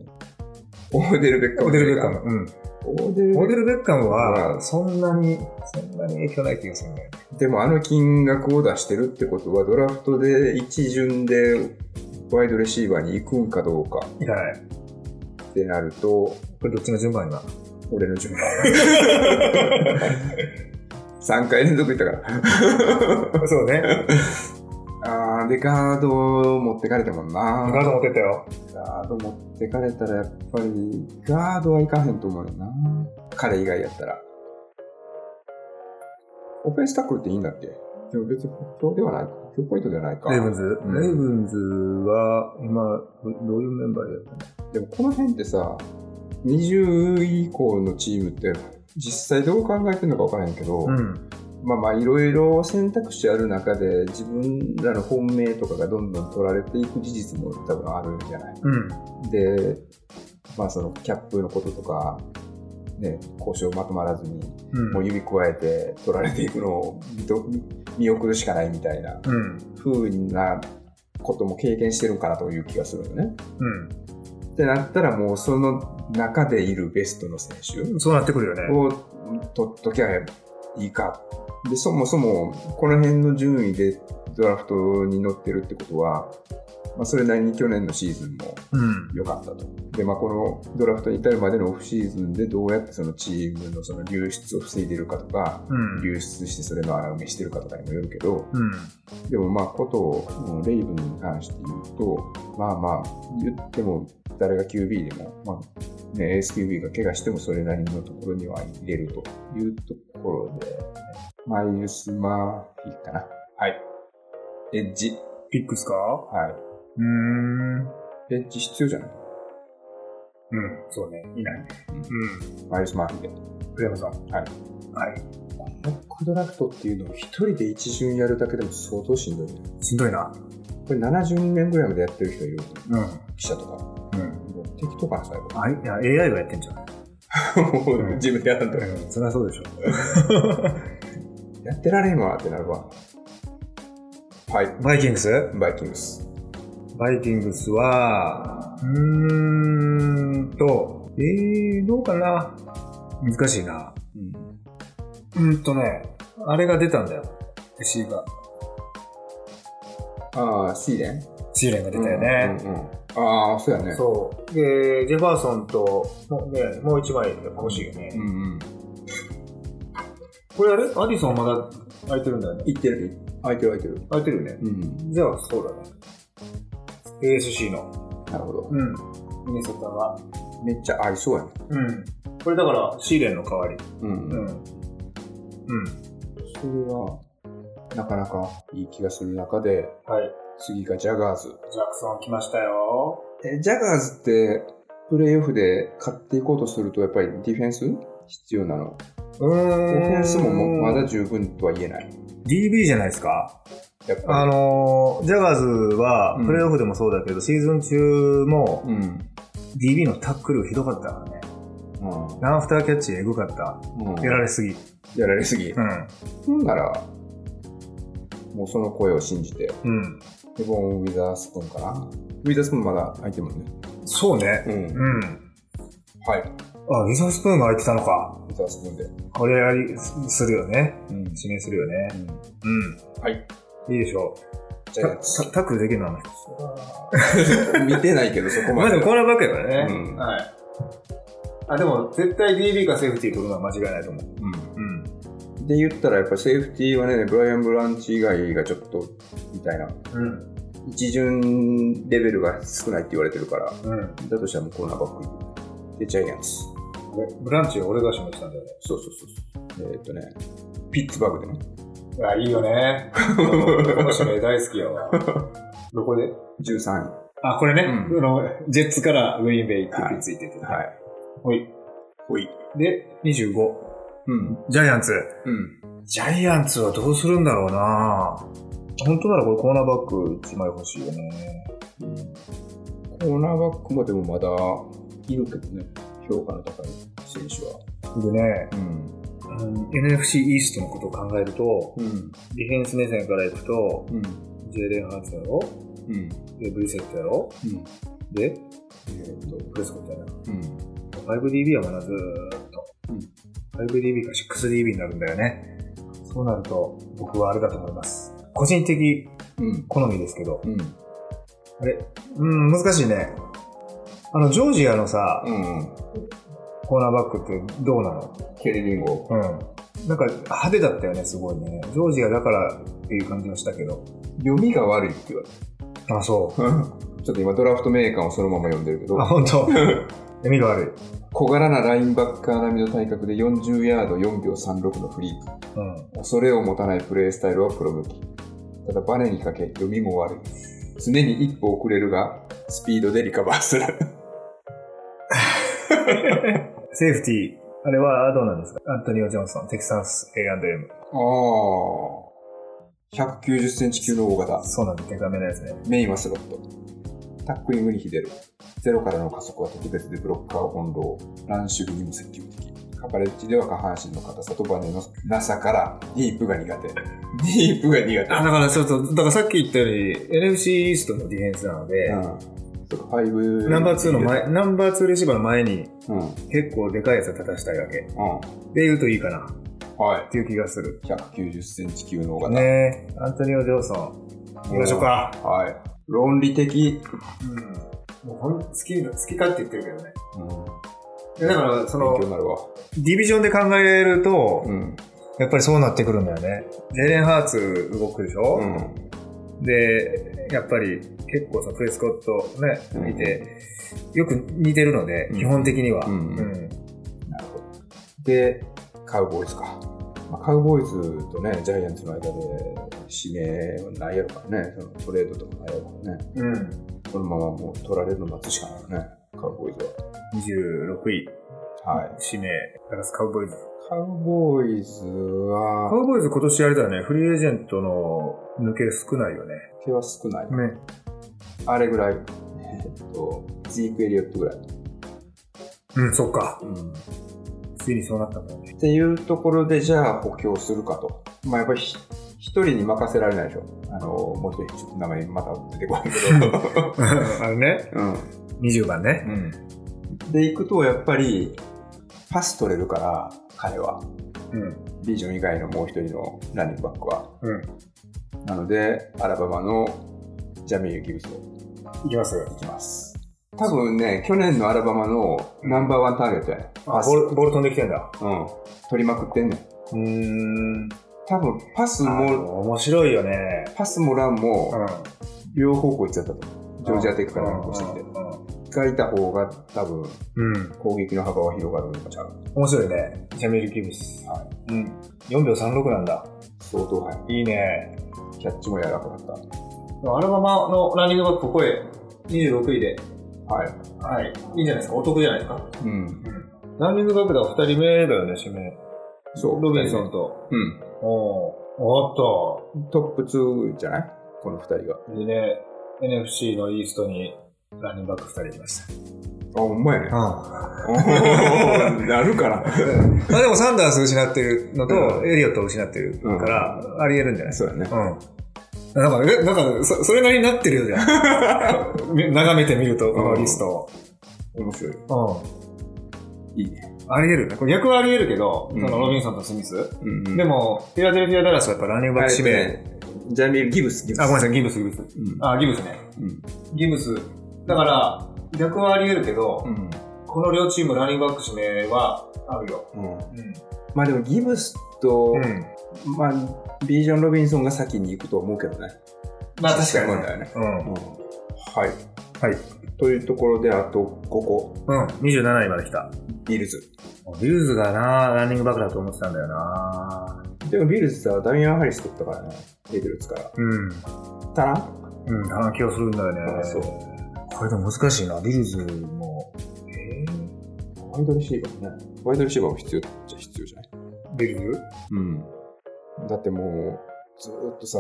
Speaker 1: オーデル・ベッカム。
Speaker 2: オデル・ベッカム。うん。
Speaker 1: オーデルベッカ
Speaker 2: モ
Speaker 1: ム
Speaker 2: デル・ベッカム
Speaker 1: う
Speaker 2: は、
Speaker 1: ん
Speaker 2: そんなに、そんなに影響ない気がするんだよね。
Speaker 1: でもあの金額を出してるってことは、ドラフトで一巡でワイドレシーバーに行くんかどうか
Speaker 2: いかない。
Speaker 1: ってなると、
Speaker 2: これどっちの順番今。
Speaker 1: 俺の順番。3回 連続いったから。
Speaker 2: そう ね。
Speaker 1: あーで、ガード持ってかれたもんな。
Speaker 2: ガード持ってったよ。
Speaker 1: ガード持ってかれたらやっぱりガードはいかへんと思うよな彼以外やったらオフェンスタックルっていいんだっけでも別に今日ではない今日ポイントではないか
Speaker 2: レイブンズ、
Speaker 1: うん
Speaker 2: レイブンズは、今、どういうメンバーでやったの
Speaker 1: でもこの辺ってさ20位以降のチームって実際どう考えてるのか分からへんけど、
Speaker 2: うん。
Speaker 1: まあまあいろいろ選択肢ある中で自分らの本命とかがどんどん取られていく事実も多分あるんじゃない
Speaker 2: うん。
Speaker 1: で、まあ、そのキャップのこととか、ね、交渉まとまらずに、
Speaker 2: うん。
Speaker 1: もう指加えて取られていくのを見と見送るしかないみたいな
Speaker 2: うん。
Speaker 1: 風なことも経験してるんかなという気がするよね。
Speaker 2: う
Speaker 1: ってなったら、もうその中でいるベストの選手
Speaker 2: ん。そうなってくるよね。
Speaker 1: を取っときゃいいか。で、そもそもこの辺の順位でドラフトに乗ってるってことは、まあ、それなりに去年のシーズンも
Speaker 2: うん。
Speaker 1: 良かったと。で、まあ、このドラフトに至るまでのオフシーズンでどうやってそのチームのその流出を防いでるかとか、
Speaker 2: うん。
Speaker 1: 流出してそれの穴埋めしてるかとかにもよるけど、
Speaker 2: うん。
Speaker 1: でもまあ、ことをレイブンに関して言うと、まあまあ、言っても誰が QB でも、まあ、ね、ASQB が怪我してもそれなりのところには入れるというところで、マイルス・マーフィーかな。はい。エッジ。
Speaker 2: ピックスか
Speaker 1: は
Speaker 2: うーん。うん。
Speaker 1: い。エッジ必要じゃない
Speaker 2: そうね。いないね。う
Speaker 1: マイルス・マーフィーで。
Speaker 2: ん。栗山さん。
Speaker 1: はい。
Speaker 2: はい。
Speaker 1: ロックドラフトっていうのを一人で一巡やるだけでも相当しんどいね。
Speaker 2: しんどいな。
Speaker 1: これ70年ぐらいまでやってる人いるよ
Speaker 2: うん。
Speaker 1: 記者とか。も
Speaker 2: うん。
Speaker 1: う適当かな、最
Speaker 2: あいいや AI がやってんじゃん。
Speaker 1: 後。もう 自分でやらんと。
Speaker 2: うん。そりゃそうでしょ。
Speaker 1: やってられんわってなるわ。はい。
Speaker 2: バイキングス
Speaker 1: バイキングス。
Speaker 2: バイキングスは、うーんと、えー、どうかな難しいな。
Speaker 1: うん。
Speaker 2: うーんとね、あれが出たんだよ。シーが。
Speaker 1: ああ、シーレン
Speaker 2: シーレンが出たよね。
Speaker 1: うんうんうんああ、そうやね。
Speaker 2: そう。で、ジェファーソンと、もうね、もう一枚やっぱ欲しいよね。
Speaker 1: うんうん。
Speaker 2: これあれアディソンまだ空いてるんだよね。
Speaker 1: いってる。空いてる空いてる。
Speaker 2: 空いてるよね。
Speaker 1: うん。
Speaker 2: じゃあ、そうだね。ASC の。
Speaker 1: なるほど。
Speaker 2: うん。ミネソタが
Speaker 1: めっちゃ合いそうやね。
Speaker 2: うん。これだから、シーレンの代わり。
Speaker 1: うん。
Speaker 2: うん。うん。
Speaker 1: それは、なかなかいい気がする中で、
Speaker 2: はい。
Speaker 1: 次がジャガーズ。
Speaker 2: ジャクソン来ましたよ。
Speaker 1: え、ジャガーズって、プレイオフで勝っていこうとすると、やっぱりディフェンス必要なの。オ
Speaker 2: うーん
Speaker 1: フェンスももうまだ十分とは言えない。
Speaker 2: DB じゃないですか。
Speaker 1: やっぱ
Speaker 2: あ
Speaker 1: り。
Speaker 2: のージャガーズは
Speaker 1: う、ん
Speaker 2: プレーオフでもそうだけど、シーズン中も、
Speaker 1: うん。
Speaker 2: DB のタックルひどかったからね。
Speaker 1: う
Speaker 2: ランアフターキャッチエグかった。
Speaker 1: ん。うん
Speaker 2: やられすぎ。
Speaker 1: やられすぎ
Speaker 2: う。ん。
Speaker 1: ほんなら、もうその声を信じて、
Speaker 2: うん。
Speaker 1: エボン・ウィザースプーンかな。ウィザースプーンまだ空いてるもんね。
Speaker 2: そうね。
Speaker 1: うん
Speaker 2: うん。
Speaker 1: はい。
Speaker 2: あ、ウィザースプーンが空いてたのか。
Speaker 1: ウィザースプーンで。
Speaker 2: これやり、するよね。
Speaker 1: うん。
Speaker 2: 指名するよね。うん。
Speaker 1: はい。
Speaker 2: いいでしょう。
Speaker 1: ジャ
Speaker 2: タ
Speaker 1: イアンツ。
Speaker 2: タタックルできるのあの人
Speaker 1: 見てないけど、そこ
Speaker 2: ま
Speaker 1: ま
Speaker 2: あで
Speaker 1: で。
Speaker 2: もこればっかりだからね。
Speaker 1: うん
Speaker 2: はい。あ、でも絶対 DB かセーフティー取るのは間違いないと思う。
Speaker 1: うん
Speaker 2: うん。
Speaker 1: で言ったら、やっぱセーフティーはね、ブライアン・ブランチ以外がちょっと、みたいな。
Speaker 2: うん。
Speaker 1: 一巡レベルが少ないって言われてるから、
Speaker 2: うん。
Speaker 1: だとしたらもうコーナーバック行く。で、ジャイアンツ。
Speaker 2: ブランチを俺が指名したんだよね。
Speaker 1: そうそうそうそう。えーっとね、ピッツバーグで ね。
Speaker 2: いや、いいよね。この指名大好きや わ。どこで
Speaker 1: 13位。
Speaker 2: あ、これね。
Speaker 1: うん
Speaker 2: あのジェッツからウィンベイってついてて、。
Speaker 1: はいい。
Speaker 2: ほい。
Speaker 1: ほい。
Speaker 2: で、25。
Speaker 1: うん。
Speaker 2: ジャイアンツ。
Speaker 1: うん。
Speaker 2: ジャイアンツはどうするんだろうな本当ならこれコーナーバック1枚欲しいよね。
Speaker 1: コーナーバックまでもまだいるけどね、評価の高い選手は。
Speaker 2: でね、
Speaker 1: うん。
Speaker 2: うん、NFC イーストのことを考えると、
Speaker 1: うん。
Speaker 2: ディフェンス目線からいくと、
Speaker 1: うん。
Speaker 2: ジェレン・ハーツやろ
Speaker 1: うん。
Speaker 2: で、ブリセットやろ
Speaker 1: うん。え
Speaker 2: で、
Speaker 1: ーっと、
Speaker 2: プレスコットやな。
Speaker 1: うん。
Speaker 2: 5DB はまだずーっと。
Speaker 1: うん
Speaker 2: 5DB か 6DB になるんだよね。そうなると、僕はあれだと思います。個人的
Speaker 1: うん。
Speaker 2: 好みですけど。
Speaker 1: うん。
Speaker 2: あれうん、難しいね。あの、ジョージアのさ、
Speaker 1: うん。
Speaker 2: コーナーバックってどうなの
Speaker 1: ケリリンゴ。
Speaker 2: うん。なんか派手だったよね、すごいね。ジョージアだからっていう感じはしたけど。
Speaker 1: 読みが悪いって言 われ
Speaker 2: あ、そう。
Speaker 1: た。ちょっと今ドラフトメーカーをそのまま読んでるけど
Speaker 2: あ、、本 当。意味が悪い。
Speaker 1: 小柄なラインバッカー並みの体格で40ヤード4秒36のフリーク。
Speaker 2: うん。
Speaker 1: 恐れを持たないプレースタイルはプロ向き。ただバネにかけ、読みも悪い。常に一歩遅れるが、スピードでリカバーする。
Speaker 2: セーフティー。あれはどうなんですかアントニオ・ジョンソン、テキサス A&M。
Speaker 1: ああ。190センチ級の大型。
Speaker 2: そうなんだ、デカめのやつね。
Speaker 1: メインはスロット。タックリングに秀でる。ゼロからの加速は特別でブロッカーを翻弄。ランシュグにも積極的。カバレッジでは下半身の硬さとバネのなさから、ディープが苦手。ディープが苦手。
Speaker 2: あ、だからちょっと、だからさっき言ったように、NFC イーストのディフェンスなので、
Speaker 1: うん。そうか、5。
Speaker 2: ナンバー2の。前、ナンバー2レシーバーの前に
Speaker 1: うん。う
Speaker 2: 結構でかいやつを立たしたいわけ。
Speaker 1: ん。
Speaker 2: で言うといいかな、っ
Speaker 1: は
Speaker 2: ていう気がする。
Speaker 1: い。190センチ級の大型。
Speaker 2: ねえ、アントニオ・ジョンソン。行きましょうか。
Speaker 1: はい。論理的。
Speaker 2: うん。もうほん好き、好きかって言ってるけどね。
Speaker 1: うん。
Speaker 2: いやだから、そ
Speaker 1: 勉
Speaker 2: の
Speaker 1: 強、になるわ。
Speaker 2: ディビジョンで考えると、
Speaker 1: うん。
Speaker 2: やっぱりそうなってくるんだよね。ジェレン・ハーツ動くでしょ、
Speaker 1: うん。
Speaker 2: で、やっぱり結構さ、プレスコットね、
Speaker 1: うん
Speaker 2: 見て、よく似てるので、
Speaker 1: うん
Speaker 2: 基本的には。
Speaker 1: うん
Speaker 2: うん
Speaker 1: なるほど。で、カウボーイズか。まあ、カウボーイズとね、ジャイアンツの間で指名はないやろからね、そのトレードとかないやろからね、
Speaker 2: うん
Speaker 1: このままもう取られるの待つしかないよね、カウボーイズ
Speaker 2: 26位、
Speaker 1: は。はい。
Speaker 2: 指名、ダラスカウボーイズ。
Speaker 1: カウボーイズ
Speaker 2: カ
Speaker 1: は、
Speaker 2: ウボーイズ今年あれだよね、フリーエージェントの抜け少ないよね。
Speaker 1: 毛は少ない。
Speaker 2: ね。
Speaker 1: あれぐらい、えっと、ジークエリオットぐらい。
Speaker 2: うん、そっか。
Speaker 1: うん
Speaker 2: ついにそうなったもんね。
Speaker 1: っていうところで、じゃあ補強するかと。まあ、やっぱりひ一人に任せられないでしょ。あの、もう一人、ちょっと名前また出てこないけど。
Speaker 2: あれね、
Speaker 1: うん。
Speaker 2: 20番ね。
Speaker 1: で行くとやっぱりパス取れるから彼は
Speaker 2: うん。
Speaker 1: ビジョン以外のもう一人のランニングバックは
Speaker 2: うん。
Speaker 1: なのでアラバマのジャミール・ギブスを
Speaker 2: いきます
Speaker 1: いきます多分ね去年のアラバマのナンバーワンターゲットやね
Speaker 2: あ
Speaker 1: パス
Speaker 2: ボール、ボール飛んできてんだ。
Speaker 1: うん、取りまくってんねん
Speaker 2: うーん。
Speaker 1: 多分パス
Speaker 2: あの
Speaker 1: も
Speaker 2: 面白いよね。
Speaker 1: パスもランも
Speaker 2: ん。
Speaker 1: 両方向行っちゃったと思うジョージアテックから連行してきて
Speaker 2: うんうんうん
Speaker 1: がいた方が多分
Speaker 5: うん。
Speaker 1: 攻撃の幅は広がるのちゃう
Speaker 5: 面白いね。ジャミール・ギブス。はい。うん。4秒36なんだ。
Speaker 1: 相当速
Speaker 5: いいね。
Speaker 1: いキャッチも柔らかかった
Speaker 5: アルバマのランニングバック、ここへ26位で。
Speaker 1: はい
Speaker 5: はい。いいんじゃないですか。お得じゃないですか。
Speaker 1: うん
Speaker 5: ランニングバックだから2人目だよね、指名。
Speaker 1: そう
Speaker 5: ロビンソンと。
Speaker 1: うん
Speaker 5: おー。おっ
Speaker 1: トップ2じゃないこの2人が
Speaker 5: と。でね、NFC のイーストにランニングバック2人いました。
Speaker 1: あほんま やね
Speaker 2: あ
Speaker 1: なるから
Speaker 2: まあでもサンダース失ってるのと、
Speaker 1: うん
Speaker 2: エリオットを失ってるから、ありえるんじゃないです
Speaker 1: そうやね
Speaker 2: か。うん。なんか、えなんかそ、それなりになってる よじゃん。み眺めてみると、このリスト
Speaker 1: 面白い
Speaker 2: を。
Speaker 1: いいね
Speaker 2: うん。ありえるね。これ逆はありえるけど、
Speaker 1: うん
Speaker 2: そのロビンソンとスミス。
Speaker 1: うんうん
Speaker 2: でも、フィラデルフィア・ダラスはやっぱランニングバック指名。
Speaker 1: ジャミール・ギブスギブス
Speaker 2: あ、ごめんなさい、ギブス、ギブス。
Speaker 1: うん
Speaker 5: あ、ギブスね。
Speaker 1: うん
Speaker 5: ギブス。だから、逆はあり得るけど、
Speaker 1: うん
Speaker 5: この両チームランニングバック指名はあるよ。
Speaker 1: うん
Speaker 5: うん。
Speaker 1: まあでもギブスと
Speaker 2: うん。
Speaker 1: まあビージョン・ロビンソンが先に行くと思うけどね
Speaker 5: まあ確か
Speaker 1: そう
Speaker 5: にね。
Speaker 1: だよね
Speaker 2: うん。
Speaker 1: はい。
Speaker 2: はい。
Speaker 1: というところで、あと5個、
Speaker 2: うん。27位まで来た。
Speaker 1: ビルズ。
Speaker 2: ビューズがな、ランニングバックだと思ってたんだよな。
Speaker 1: でもビルズさ、ダミアン・ハリス取ったからね、レベルズから。
Speaker 2: うん。
Speaker 1: たらん
Speaker 2: うん、な気がするんだよね。
Speaker 1: そう。
Speaker 2: これでも難しいな。ビルズも、え
Speaker 1: ワイドレシーバーね。ワイドレシーバーも必要じゃ必要じゃない
Speaker 2: ー、ビルズ
Speaker 1: うん。だってもう、ずーっとさ、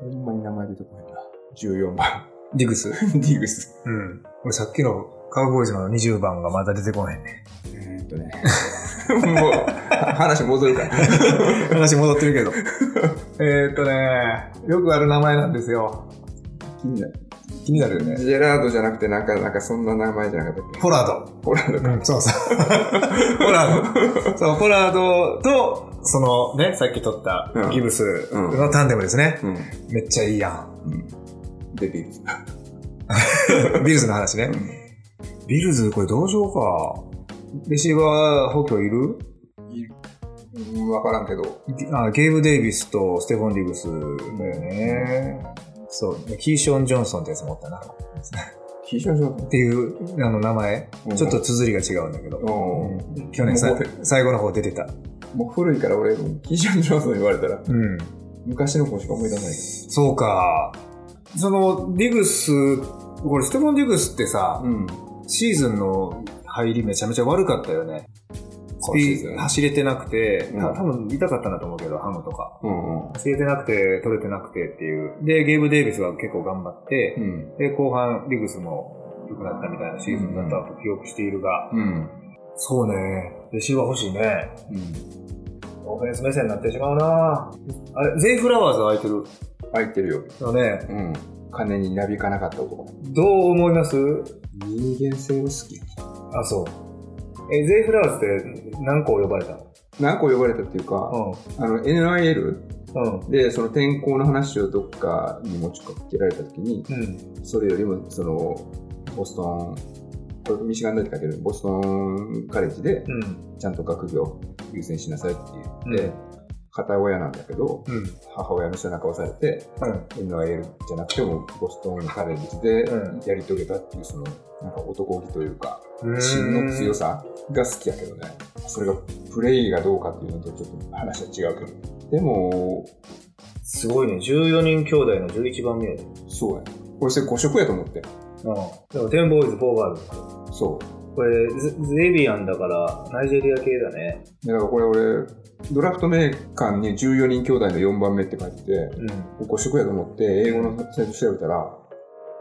Speaker 1: ほんまに名前出てこないな。14番。
Speaker 2: ディグス
Speaker 1: ディグス。
Speaker 2: うん。俺さっきのカウボーイズの20番がまだ出てこないね。
Speaker 1: えーっとね。 もう、話戻るから。
Speaker 2: 話戻ってるけど。えーっとね、よくある名前なんですよ。
Speaker 1: 気になる。
Speaker 2: 気になるよね。
Speaker 1: ジェラードじゃなくて、なんか、なんかそんな名前じゃなかったっけ
Speaker 2: ポラー
Speaker 1: ほら、
Speaker 2: ド。うん、そうそう。 ポラード。そう、ポラードと、そのね、さっき取った
Speaker 1: うん
Speaker 2: ギブスのタンデムですね。
Speaker 1: うん。
Speaker 2: めっちゃいいやん。
Speaker 1: うん。で、ビルズ。
Speaker 2: ビルズの話ね。ビルズ、これどうしようか。レシーバー補強いる
Speaker 1: いうん、わからんけど。
Speaker 2: あゲーム・デイビスとステフォン・ディグスだよね。そう、キーション・ジョンソンってやつ持ったな。 っ
Speaker 1: 非常にそうだね
Speaker 2: ていうあの名前、
Speaker 1: うん
Speaker 2: ちょっと綴りが違うんだけど、
Speaker 1: うん
Speaker 2: 去年さ
Speaker 1: もう
Speaker 2: 最後の方出てた。
Speaker 1: もう古いから俺、キーション・ジョンソン言われたら、
Speaker 2: うん。
Speaker 1: 昔の子しか思い出さないけ
Speaker 2: そうか。その、ディグス、これステフォン・ディグスってさ、
Speaker 1: ど。うん。
Speaker 2: シーズンの入りめちゃめちゃ悪かったよね。ス
Speaker 1: 今
Speaker 2: ピ
Speaker 1: シ
Speaker 2: ー
Speaker 1: ーズン
Speaker 2: 走れてなくて、
Speaker 1: うん
Speaker 2: た多分痛かったなと思うけど、ハムとか。
Speaker 1: うんうん。
Speaker 2: 走れてなくて、取れてなくてっていう。で、ゲーム・デイビスが結構頑張って、
Speaker 1: うん。
Speaker 2: で、後半、リグスも良くなったみたいなシーズンだったと記憶しているが、
Speaker 1: うん。
Speaker 2: そうね、レシーバー欲しいね。
Speaker 1: うん。
Speaker 2: オフェンス目線になってしまうなあれ、ゼイ・フラワーズは空いてる
Speaker 1: 空いてるよ。
Speaker 2: よね。
Speaker 1: うん。金になびかなかった男。
Speaker 2: どう思います
Speaker 1: 人間性が好き。
Speaker 2: あ、そう。え、ゼイ・フラワーズって何個呼ばれたの
Speaker 1: 何個呼ばれたっていうか、あの、NIL
Speaker 2: うん。うん。
Speaker 1: で、その天候の話をどっかに持ちかけられた時に、
Speaker 2: うん。
Speaker 1: それよりも、その、ボストン、これミシガン大って書いてる、ボストンカレッジで、
Speaker 2: うん。
Speaker 1: ちゃんと学業優先しなさいって言って、
Speaker 2: うん
Speaker 1: 片親なんだけど、
Speaker 2: うん。
Speaker 1: 母親の背中を押されて、
Speaker 2: うん。
Speaker 1: NIL じゃなくてもボストンカレッジで
Speaker 2: う
Speaker 1: やり遂げたっていうそのなんか男気というか芯の強さが好きやけどねそれがプレイがどうかっていうのとちょっと話は違うけどでも
Speaker 2: すごいね。14人兄弟の11番目やで。うん。
Speaker 1: そうやこれそれ5色やと思って
Speaker 2: でも、テンボーイズ・フォーガール
Speaker 1: そ
Speaker 2: これゼ、ゼビアンだから、ナイジェリア系だね。
Speaker 1: うでだからこれ俺ドラフト名鑑に14人兄弟の4番目って書いてて
Speaker 2: うん。
Speaker 1: 5色やと思って英語のサイト調べたらあ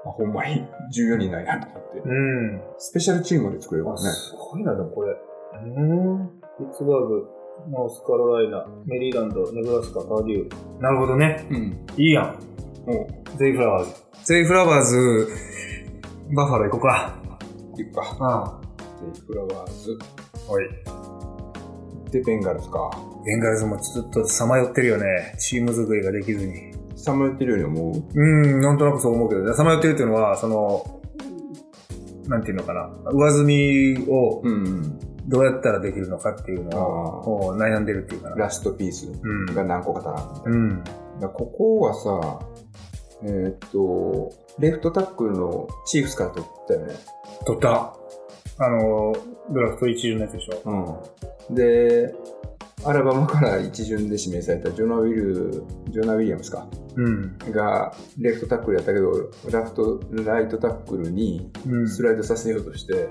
Speaker 1: ほんまに14人なんやと思って
Speaker 2: うん。
Speaker 1: スペシャルチームまで作れるからね
Speaker 2: すごいな、でもこれ。うん。ピッツバーグ、ノースカロライナ、メリーランド、ネブラスカ、パーデュー。なるほどね。
Speaker 1: うん
Speaker 2: いいやん。
Speaker 1: も
Speaker 2: ゼイフラワーズ。ゼイフラワーズ、バファロー行こうか。
Speaker 1: ういくか
Speaker 2: あ
Speaker 1: でフラワーズ
Speaker 2: あ。はい。
Speaker 1: でベンガルズか
Speaker 2: ベンガルズもずっとさまよってるよね。チーム作りができずに。
Speaker 1: さまよってるように思う
Speaker 2: うん、なんとなくそう思うけど、さまよってるっていうのは、その、なんていうのかな。上積みを
Speaker 1: うん、
Speaker 2: どうやったらできるのかっていうの
Speaker 1: あー
Speaker 2: を、こう悩んでるっていうかな。
Speaker 1: ラストピース
Speaker 2: うん。
Speaker 1: が何個か足らんみたいな
Speaker 2: う
Speaker 1: だ
Speaker 2: ん。
Speaker 1: からここはさえーっと、レフトタックルのチーフスから取ったよね。
Speaker 2: 取った。あの、ドラフト一巡のやつでしょ。
Speaker 1: うん。で、アラバマから一巡で指名されたジョナ・ウィル、ジョナ・ウィリアムスか。
Speaker 2: うん。
Speaker 1: が、レフトタックルやったけど、ラフト、ライトタックルに
Speaker 2: うん。
Speaker 1: スライドさせようとして、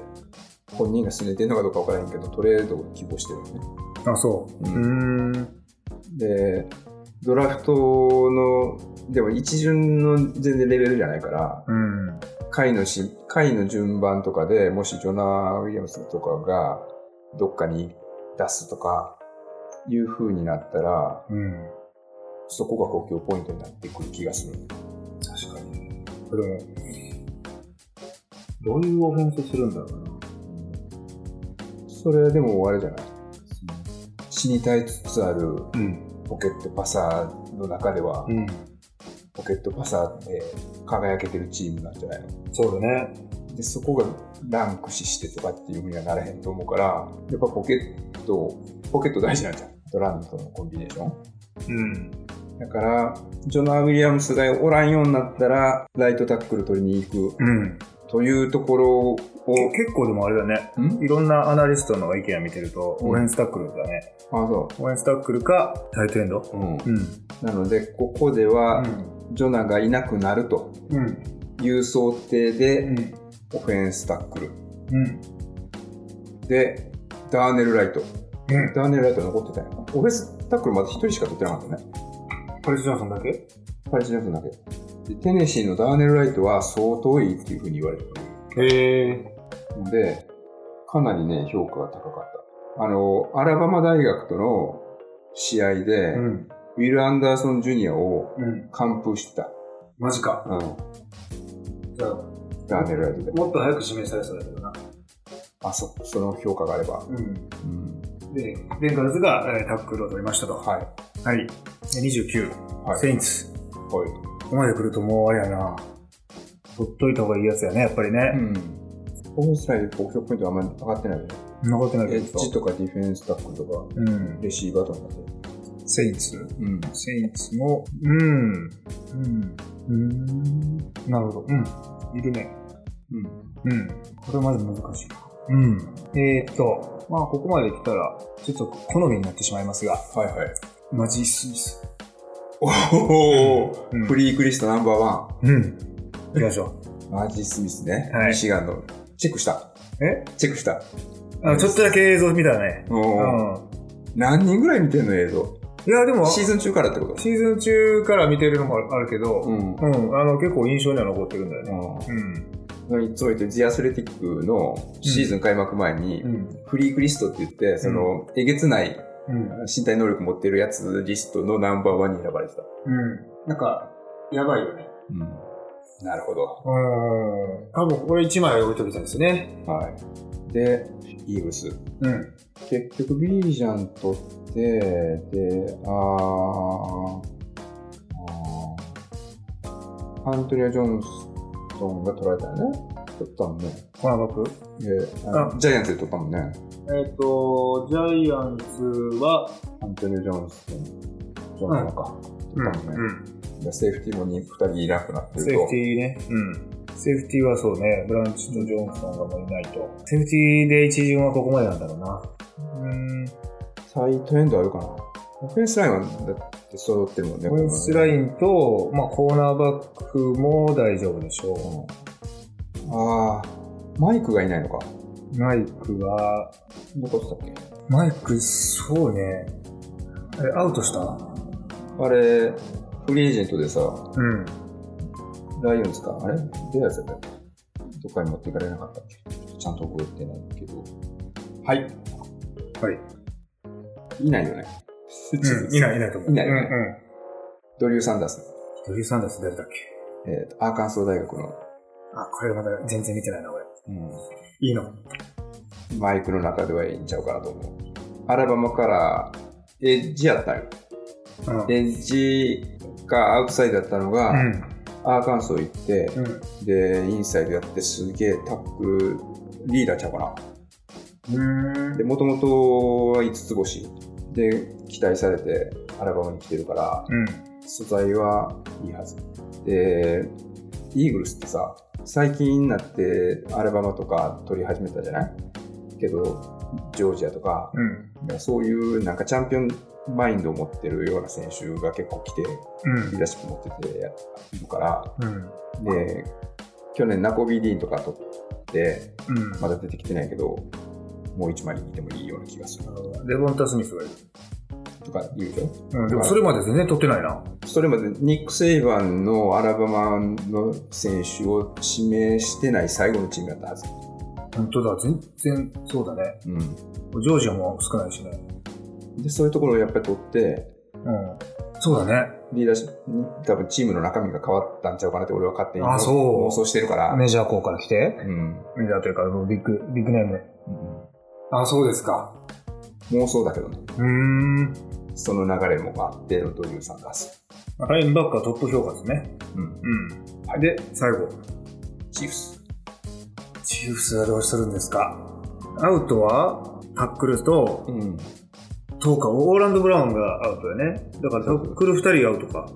Speaker 1: 本人が拗ねてんのかどうかわからへんけど、トレードを希望してるよね。
Speaker 2: あ、そう。う
Speaker 1: う
Speaker 2: ーん。
Speaker 1: で、ドラフトの、でも一巡の全然レベルじゃないから、
Speaker 2: うん。
Speaker 1: 回のし、回の順番とかでもしジョナ・ウィリアムスとかがどっかに出すとかいう風になったら、
Speaker 2: うん。
Speaker 1: そこが補強ポイントになってくる気がする。
Speaker 2: 確かに。これも、
Speaker 4: どういうオフェンスするんだろうな。
Speaker 1: それはでもあれじゃない死に絶えつつある
Speaker 2: うん。
Speaker 1: ポケットパサーの中では、
Speaker 2: うん。
Speaker 1: ポケットパサーで輝けてるチームなんじゃないの
Speaker 2: そうだね。
Speaker 1: でそこがランク視してとかっていうふうにはならへんと思うからやっぱポケットポケット大事なんじゃんドランドとのコンビネーション
Speaker 2: うん。
Speaker 1: だからジョナー・ウィリアムスがおらんようになったらライトタックル取りに行く
Speaker 2: うん。
Speaker 1: というところを
Speaker 2: お結構でもあれだね。
Speaker 1: ん
Speaker 2: いろんなアナリストの意見を見てると、
Speaker 1: うん
Speaker 2: オフェンスタックルだね。
Speaker 1: あそ
Speaker 2: オフェンスタックルか、タイトエンド。
Speaker 1: う、うん、
Speaker 2: うん。
Speaker 1: なのでここではジョナがいなくなると
Speaker 2: うん。
Speaker 1: いう想定
Speaker 2: う
Speaker 1: で
Speaker 2: ん。
Speaker 1: オフェンスタックル
Speaker 2: うん。
Speaker 1: でダーネル・ライト
Speaker 2: うん。
Speaker 1: ダーネル・ライト残ってたんやなオフェンスタックルまだ一人しか取ってなかったね
Speaker 2: パリス・ジョンソンだけ
Speaker 1: パリス・ジョンソンだけ。でテネシーのダーネル・ライトは相当いいっていうふうに言われてる
Speaker 2: へえ。
Speaker 1: ので、かなりね、評価が高かった。あの、アラバマ大学との試合で、
Speaker 2: うん。
Speaker 1: ウィル・アンダーソン・ジュニアを
Speaker 2: うん。
Speaker 1: 完封してた。
Speaker 2: マジか。
Speaker 1: うん。
Speaker 2: じゃあ、
Speaker 1: ダーネル・ライトで。
Speaker 2: もっと早く指名されそうだけどな。
Speaker 1: あ、そ、その評価があれば。
Speaker 2: うん。
Speaker 1: うん。
Speaker 2: で、ベンガルズが、えータックルを取りましたと。
Speaker 1: はい。
Speaker 2: はい。で29、
Speaker 1: はい。
Speaker 2: セインツ。
Speaker 1: はい。
Speaker 2: ここまで来るともうあれやな。取っといた方がいいやつやね、やっぱり
Speaker 1: う
Speaker 2: ね。
Speaker 1: ん。オフェンスライン、ポイントはあんまり上がってないよね。
Speaker 2: 残ってない
Speaker 1: エ
Speaker 2: け
Speaker 1: ッ
Speaker 2: ど
Speaker 1: ジ。とかディフェンスタックルとか、
Speaker 2: うん。
Speaker 1: レシーバーとかになってる。
Speaker 2: セインツ。
Speaker 1: うん。
Speaker 2: セインツも、うん。うん。うん。なるほど。うん。いるね。
Speaker 1: うん。
Speaker 2: うん。これまず難しいな。うん。えー、っと、まあ、ここまで来たら、ちょっと好みになってしまいますが、
Speaker 1: はいはい。
Speaker 2: マジスミス。
Speaker 1: おお、
Speaker 2: うん
Speaker 1: フリークリストナンバーワン。
Speaker 2: うん。行きましょ
Speaker 1: マージー・スミスね、
Speaker 2: はい
Speaker 1: ミシガンの。チェックした。
Speaker 2: う。え
Speaker 1: チェックした。
Speaker 2: あのちょっとだけ映像見たらね。う
Speaker 1: うん
Speaker 2: ん。
Speaker 1: 何人ぐらい見てんの映像。
Speaker 2: いや、でも、
Speaker 1: シーズン中からってこと
Speaker 2: シーズン中から見てるのもあるけど、
Speaker 1: うん。
Speaker 2: うん、あの、結構印象には残ってるんだよね。うん。
Speaker 1: うん、いつも言ってるジアスレティックのシーズン開幕前に、
Speaker 2: うん。
Speaker 1: フリークリストって言って、その、えげつない
Speaker 2: うん。
Speaker 1: 身体能力持ってるやつリストのナンバーワンに選ばれてた。
Speaker 2: うん。なんか、やばいよね。
Speaker 1: うん。なるほど。
Speaker 2: うん。多分これ1枚置いときたいですね。
Speaker 1: はい。で、イーグルス。
Speaker 2: うん。
Speaker 1: 結局ビージャン取ってであーあーアントニア・ジョンソンが取られたよね取ったもんね
Speaker 2: コナバック
Speaker 1: であジャイアンツで取ったもんね
Speaker 2: えっ、と、ジャイアンツは、
Speaker 1: アントニア・ジョンソンジョンソンか、
Speaker 2: うん。
Speaker 1: 取ったもんね、でセーフティーも 2, 人いなくなってると
Speaker 2: セーフティーね。うん。セーフティーはそうね、ブランチとジョンソンがもういないと。セーフティーで一巡はここまでなんだろうな。うん。
Speaker 1: サイトエンドあるかなオフェンスラインはだって揃ってるもんね
Speaker 2: オフェンスラ
Speaker 1: ン、
Speaker 2: インと、まあ、コーナーバックも大丈夫でし
Speaker 1: うん
Speaker 2: ょ
Speaker 1: ああマイクがいないのか
Speaker 2: う。マイクは、
Speaker 1: どこしたっけ
Speaker 2: マイク、そうね。え、アウトした
Speaker 1: あれフリーエージェントでさ、
Speaker 2: うん。
Speaker 1: ライオンズかあれベアーズだったっけどっかに持っていかれなかったっけちゃんと覚えてないけど。はい。はい。いないよね。
Speaker 2: いない、いないと思う。
Speaker 1: いないよね
Speaker 2: うんうん。
Speaker 1: ドリュー・サンダース。
Speaker 2: ドリュー・サンダース誰だっけ
Speaker 1: えーと、アーカンソー大学の、
Speaker 2: あ、これまだ全然見てないな、俺。
Speaker 1: う
Speaker 2: いいの。
Speaker 1: ん、マイクの中ではいいんちゃうかなと思う。アラバマからエッジやったんよ。
Speaker 2: うん。
Speaker 1: エッジかアウトサイドだったのが、アーカンソー行って、
Speaker 2: うん。うん。
Speaker 1: で、インサイドやってすげえタックルリーダーちゃうかな。
Speaker 2: うん
Speaker 1: で、もともと5つ星で期待されてアラバマに来てるから、
Speaker 2: うん。
Speaker 1: 素材はいいはず。で、イーグルスってさ、最近になってアルバマとか取り始めたじゃないけど、ジョージアとか、
Speaker 2: うん。
Speaker 1: そういうなんかチャンピオンマインドを持ってるような選手が結構来て、リーダーシップ持ってているから、
Speaker 2: うん。うん。
Speaker 1: で、去年ナコビー・ディーンとか取って、
Speaker 2: うん。
Speaker 1: まだ出てきてないけど、もう一枚いてもいいような気がする
Speaker 2: レボンタ・スミスがいる。
Speaker 1: とか言うでしょ
Speaker 2: うん。でもそれまで全然取ってないな。
Speaker 1: それまでニック・セイバンのアラバマの選手を指名してない最後のチームだったはず。
Speaker 2: 本当だ、全然そうだね。
Speaker 1: う
Speaker 2: ジョージアも少ないしね。
Speaker 1: ん、でそういうところをやっぱり取って、
Speaker 2: うん。そうだね。
Speaker 1: リーダーシップ、多分チームの中身が変わったんちゃうかなって俺は勝手に
Speaker 2: あそう
Speaker 1: 妄想してるから。
Speaker 2: メジャー校から来て。
Speaker 1: うん
Speaker 2: メジャーというか、ビッグ、ビッグネームで。
Speaker 1: うん
Speaker 2: あ、そうですか。
Speaker 1: 妄想だけどね、
Speaker 2: うーん。
Speaker 1: その流れもあってのドリューさん出す。
Speaker 2: ラインバックはトップ評価ですね。
Speaker 1: うん、
Speaker 2: うん。で、最後。
Speaker 1: チーフス。
Speaker 2: チーフスはどうするんですかアウトは、タックルと、
Speaker 1: ん、
Speaker 2: そうか、オーランド・ブラウンがアウトだね。だからタックル2人アウトか。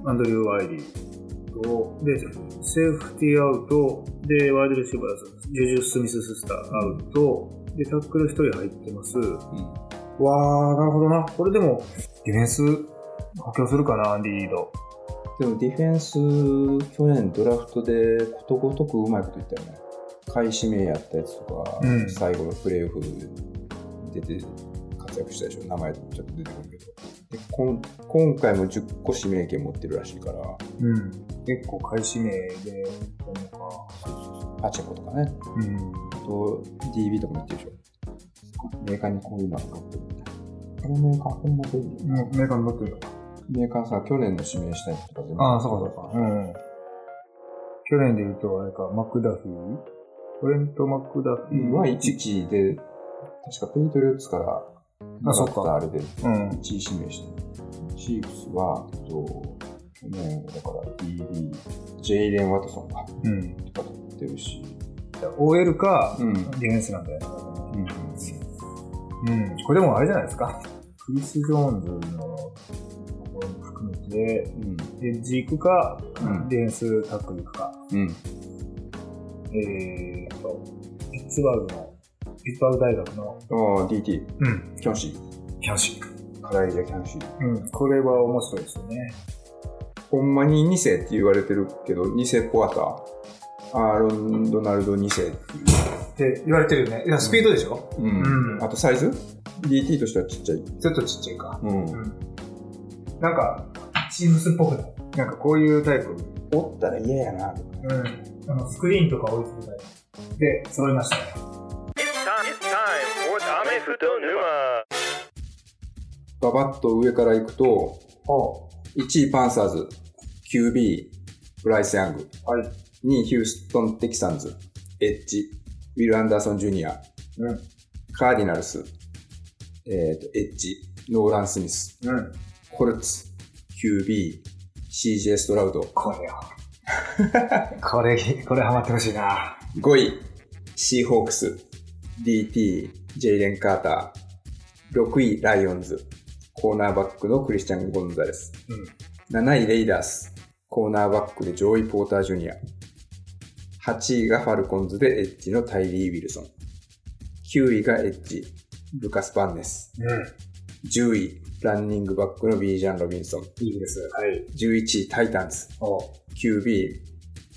Speaker 1: うん、
Speaker 2: アンドリュー・ワイリーと、で、セーフティーアウト、で、ワイドレシーバー、ジュジュ・スミス・ススターアウト、で、タックル1人入ってます。
Speaker 1: うん。
Speaker 2: わー、なるほどな。これでも、ディフェンス、補強するかな、アンディ・リード。
Speaker 1: でもディフェンス、去年ドラフトでことごとくうまいこといったよね。買い指名やったやつとか、
Speaker 2: うん
Speaker 1: 最後のプレーオフ出て活躍したでしょ。名前ちょっと出てこるけど。でこん今回も10個指名権持ってるらしいから、
Speaker 2: うん。結構、開始名で、なのか。
Speaker 1: パチェコとかね。
Speaker 2: うん。
Speaker 1: あと DB とかも言ってるでしょ。メーカーにこういうのが買ってるみたいな。このメーカーほんま便利。
Speaker 2: もう、メーカーに乗ってるのか。
Speaker 1: メーカーさ、去年の指名したやつとか全部
Speaker 2: ああ、そうかそうか。うん。去年で言うと、あれか、マクダフィートレント・マクダフィー
Speaker 1: は1位で、確かペイトリオッツから、
Speaker 2: あそっか
Speaker 1: もらったあれで
Speaker 2: うん。
Speaker 1: 1位指名してシークスは、えっと、去年、だから DB、ジェイレン・ワトソンが、
Speaker 2: うん。
Speaker 1: とか取ってるし、
Speaker 2: OL か、
Speaker 1: うん
Speaker 2: ディフェンスなんだよね。
Speaker 1: うん、
Speaker 2: うん。これでもあれじゃないですか。クリス・ジョーンズのところも含めて、
Speaker 1: うん、
Speaker 2: エッジ行くか、
Speaker 1: うん
Speaker 2: ディフェンスタックル行くか。
Speaker 1: うん、
Speaker 2: えーと、ピッツバーグの、ピッツバーグ大学の、
Speaker 1: ああ、DT、
Speaker 2: うん。
Speaker 1: キャンシー、
Speaker 2: キャッシュ。
Speaker 1: カライジャ・キャンシー。
Speaker 2: うん。これは面白いですよね。
Speaker 1: ほんまに2世って言われてるけど、2世ポアター、アーロン・ドナルド2世っていう。
Speaker 2: って言われてるよね。いや、スピードでしょ、
Speaker 1: うん
Speaker 2: うん
Speaker 1: あとサイズ ?DT としてはちっちゃい。
Speaker 2: ちょっとちっちゃいか。
Speaker 1: うん
Speaker 2: うんなんか、チームスっぽくないなんかこういうタイプ。
Speaker 1: おったら嫌やな。
Speaker 2: うん。あの、スクリーンとか追いつくタイプ。で、揃いましたね。
Speaker 1: ババッと上から行くと、1位パンサーズ、QB、ブライス・ヤング、
Speaker 2: はい
Speaker 1: 2位ヒューストン・テキサンズ、エッジ、ウィル・アンダーソン・ジュニア、
Speaker 2: うん
Speaker 1: カーディナルス、えーとエッジ、ノーラン・スミス、
Speaker 2: うん。
Speaker 1: コルツ、QB、CJ ・ストラウド、
Speaker 2: これよ。 これ、これハマってほしいな。
Speaker 1: 5位、シーホークス、DT、ジェイレン・カーター、6位、ライオンズ、コーナーバックのクリスチャン・ゴンザレス、7位、レイダース、コーナーバックでジョーイ・ポーター・ジュニア、8位がファルコンズでエッジのタイリー・ウィルソン、9位がエッジ、ルカス・バンネス、
Speaker 2: うん。
Speaker 1: 10位、ランニングバックのビージャン・ロビンソン、
Speaker 2: いいです。はい。
Speaker 1: 11位、タイタンズ、
Speaker 2: お
Speaker 1: QB、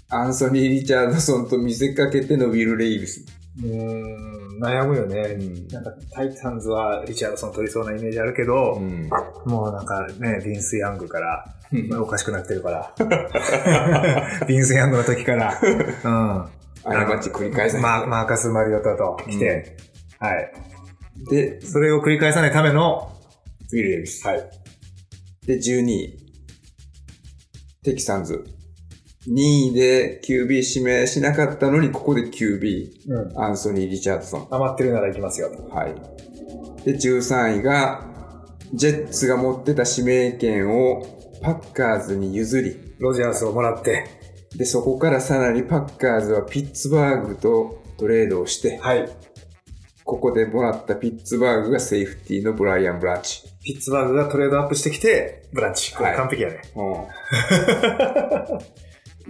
Speaker 1: アンソニー・リチャードソンと見せかけてのウィル・レイビス。
Speaker 2: うーん、悩むよね。なんか、タイタンズはリチャードソン取りそうなイメージあるけ ど、
Speaker 1: ん
Speaker 2: もうなんかね、ビンス・ヤングから、
Speaker 1: うん
Speaker 2: おかしくなってる から。ビンス・ヤングの時から。うん。
Speaker 1: 過ち繰り返さない。
Speaker 2: ママーカス・マリオタと来て、はい。
Speaker 1: で、
Speaker 2: それを繰り返さないための、
Speaker 1: ウィル・エビス。
Speaker 2: はい。
Speaker 1: で、12位。テキサンズ。2位で QB 指名しなかったのに、ここで QB。
Speaker 2: うん。
Speaker 1: アンソニー・リチャードソン。
Speaker 2: 余ってるなら行きますよ。と
Speaker 1: はい。で、13位が、ジェッツが持ってた指名権をパッカーズに譲り、
Speaker 2: ロジャースをもらって、
Speaker 1: で、そこからさらにパッカーズはピッツバーグとトレードをして、
Speaker 2: はい。
Speaker 1: ここでもらったピッツバーグがセーフティーのブライアン・ブランチ。
Speaker 2: ピッツバーグがトレードアップしてきて、ブランチ。これ
Speaker 1: はい
Speaker 2: 完璧やね。
Speaker 1: う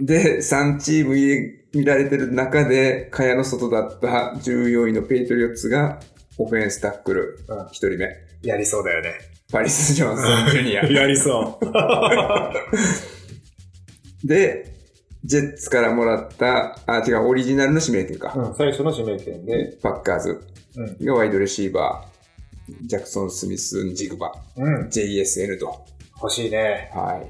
Speaker 1: んで、3チーム入れ見られてる中で、蚊帳の外だった14位のペイトリオッツが、オフェンスタックル、
Speaker 2: うん
Speaker 1: 1人目。
Speaker 2: やりそうだよね。
Speaker 1: パリス・ジョンソン・ジュニア。
Speaker 2: やりそう。
Speaker 1: で、ジェッツからもらった、あ、違う、オリジナルの指名権か。
Speaker 2: うん、最初の指名権で、
Speaker 1: パッカーズ
Speaker 2: う
Speaker 1: がワイドレシーバー、ジャクソン・スミス・ンジグバ、
Speaker 2: うん、
Speaker 1: JSN と。
Speaker 2: 欲しいね。
Speaker 1: はい。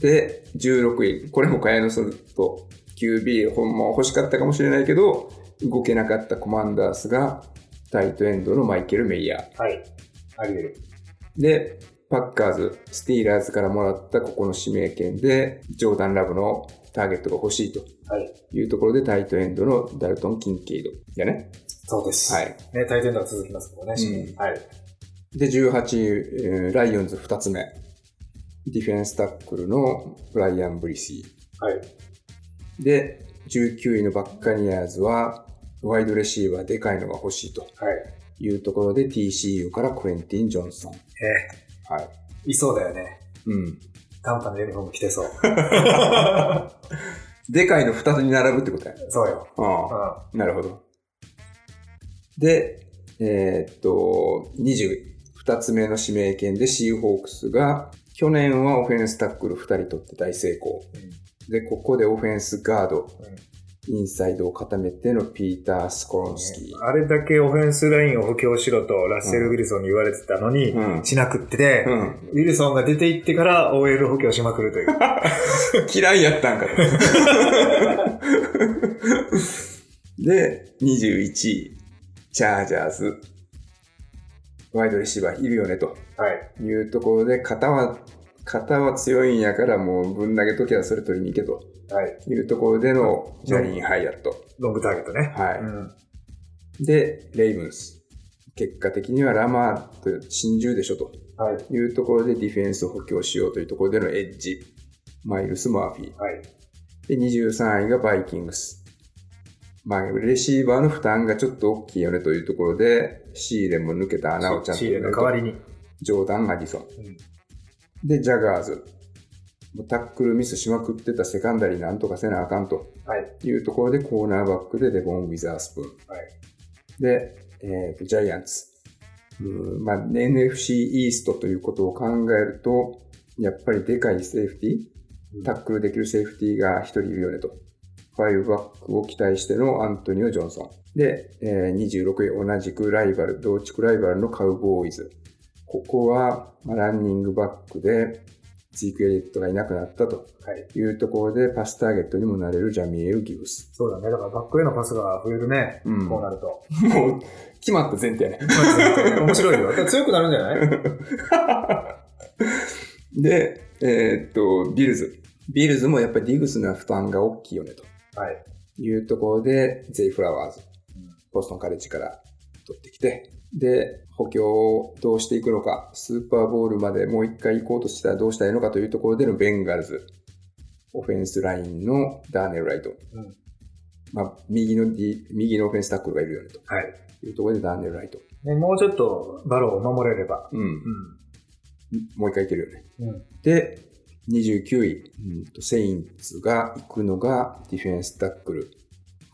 Speaker 1: で、16位。これも茅野ソルト。QB、ほんま欲しかったかもしれないけど、動けなかったコマンダースが、タイトエンドのマイケル・メイヤ
Speaker 2: はい。あり得る。
Speaker 1: ー。で、パッカーズ、スティーラーズからもらったここの指名権で、ジョーダン・ラブのターゲットが欲しいと
Speaker 2: はい。
Speaker 1: いうところで、タイトエンドのダルトン・キンケイド。やね。
Speaker 2: そうです。
Speaker 1: はい。
Speaker 2: ね、大変が続きますけどね、指名
Speaker 1: うん
Speaker 2: はい。
Speaker 1: で、18位、えーライオンズ2つ目。ディフェンスタックルのブライアン・ブリシー。
Speaker 2: はい。
Speaker 1: で、19位のバッカニアーズは、ワイドレシーバーでかいのが欲しいと
Speaker 2: はい。
Speaker 1: いうところで TCU からクエンティン・ジョンソン。はい。
Speaker 2: え、いそうだよね。
Speaker 1: うん。
Speaker 2: 短パンのユニフォーム着 てそう。
Speaker 1: でかいの2つに並ぶってことや。
Speaker 2: そうよ。
Speaker 1: あ
Speaker 2: う
Speaker 1: あ、なるほど。で、えーっと、20位。2つ目の指名権でシーホークスが、去年はオフェンスタックル2人取って大成功。
Speaker 2: ん。
Speaker 1: で、ここでオフェンスガード、インサイドを固めてのピーター・スコロンスキ
Speaker 2: あれだけオフェンスラインを補強しろとラッセル・ウィルソンに言われてたのに、
Speaker 1: うん
Speaker 2: しなくってて、
Speaker 1: ー。うん。
Speaker 2: ウィルソンが出て行ってから OL 補強しまくるという。
Speaker 1: 嫌いやったんかと。 で、21位、チャージャーズ。ワイドレシーバーいるよね、と
Speaker 2: はい。
Speaker 1: いうところで、肩は、肩は強いんやから、もうぶん投げときはそれ取りに行けと
Speaker 2: はい。
Speaker 1: いうところでのジャリン・ハイアット。
Speaker 2: ロングターゲットね。
Speaker 1: は
Speaker 2: うん。
Speaker 1: い。で、レイブンス。結果的にはラマーと真珠でしょと
Speaker 2: はい。
Speaker 1: いうところでディフェンスを補強しようというところでのエッジ。マイルス・マーフィー。
Speaker 2: はい。
Speaker 1: で、23位がバイキングス。まあ、レシーバーの負担がちょっと大きいよねというところで、シーレンも抜けた穴をちゃんと
Speaker 2: シ
Speaker 1: 埋
Speaker 2: ー
Speaker 1: め
Speaker 2: レ
Speaker 1: る
Speaker 2: の
Speaker 1: と
Speaker 2: 代わりに。
Speaker 1: ジョーダン・アディソン。で、ジャガーズ。もうタックルミスしまくってたセカンダリーなんとかせなあかんと
Speaker 2: はい。
Speaker 1: いうところで、コーナーバックでデボン・ウィザースプーン。
Speaker 2: はい
Speaker 1: で、えーとジャイアンツ。うんまあ、NFC イーストということを考えると、やっぱりでかいセーフティー、タックルできるセーフティーが1人いるよねと。ファイブバックを期待してのアントニオ・ジョンソン。で、えー26位、同じくライバル、同地区ライバルのカウボーイズ。ここは、まあランニングバックで、ジーク・エリットがいなくなったと
Speaker 2: はい。
Speaker 1: いうところで、パスターゲットにもなれるジャミエル・ギブス。
Speaker 2: そうだね。だからバックへのパスが増えるね。
Speaker 1: うん
Speaker 2: こうなると。
Speaker 1: もう、決まった前提や ね。
Speaker 2: 面白い よ。強くなるんじゃない
Speaker 1: で、えーっと、ビルズ。ビルズもやっぱりディグスの負担が大きいよねと
Speaker 2: はい。
Speaker 1: いうところで、ゼイ・フラワーズ、ボストンカレッジから取ってきて、で、補強をどうしていくのか、スーパーボールまでもう一回行こうとしたらどうしたらいいのかというところでのベンガルズ、オフェンスラインのダーネル・ライト。
Speaker 2: うん
Speaker 1: まあ、右の D、右のオフェンスタックルがいるよねと
Speaker 2: はい。
Speaker 1: いうところでダーネル・ライト。
Speaker 2: ね、もうちょっとバローを守れれば。
Speaker 1: うん。
Speaker 2: う
Speaker 1: もう一回いけるよね。
Speaker 2: ん。うん。
Speaker 1: で、29位、うんとセインツが行くのがディフェンスタックル、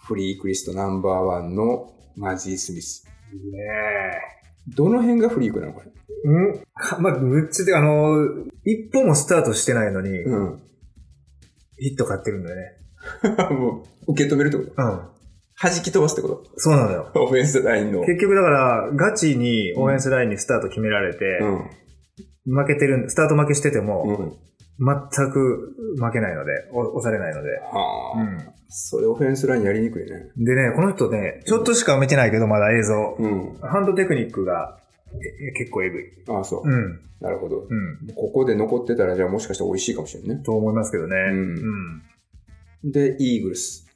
Speaker 1: フリークリストナンバーワンのマジー・スミス。
Speaker 2: いいね
Speaker 1: どの辺がフリークなのこれ。
Speaker 2: え。うん かまあ、むっちゃ、あの、一歩もスタートしてないのに、
Speaker 1: うん。
Speaker 2: ヒット買ってるんだよね。
Speaker 1: もう受け止めるってこと
Speaker 2: うん。
Speaker 1: 弾き飛ばすってこ
Speaker 2: そうなのよ。
Speaker 1: とオフェンスラインの。
Speaker 2: 結局だから、ガチにオフェンスラインにスタート決められて
Speaker 1: う、ん。
Speaker 2: 負けてるん、スタート負けしてて
Speaker 1: う
Speaker 2: も、
Speaker 1: ん。
Speaker 2: 全く負けないので、お押されないので。
Speaker 1: はあ、それオフェンスラインやりにくいね。
Speaker 2: でね、この人ね、ちょっとしか見てないけど、まだ映像。
Speaker 1: うん。
Speaker 2: ハンドテクニックがえ結構エグい。
Speaker 1: ああ、そう。
Speaker 2: うん。
Speaker 1: なるほど。
Speaker 2: うん。
Speaker 1: ここで残ってたら、じゃあもしかしたら美味しいかもしれんね。
Speaker 2: と思いますけどね。
Speaker 1: うん
Speaker 2: うん。
Speaker 1: で、イーグルス。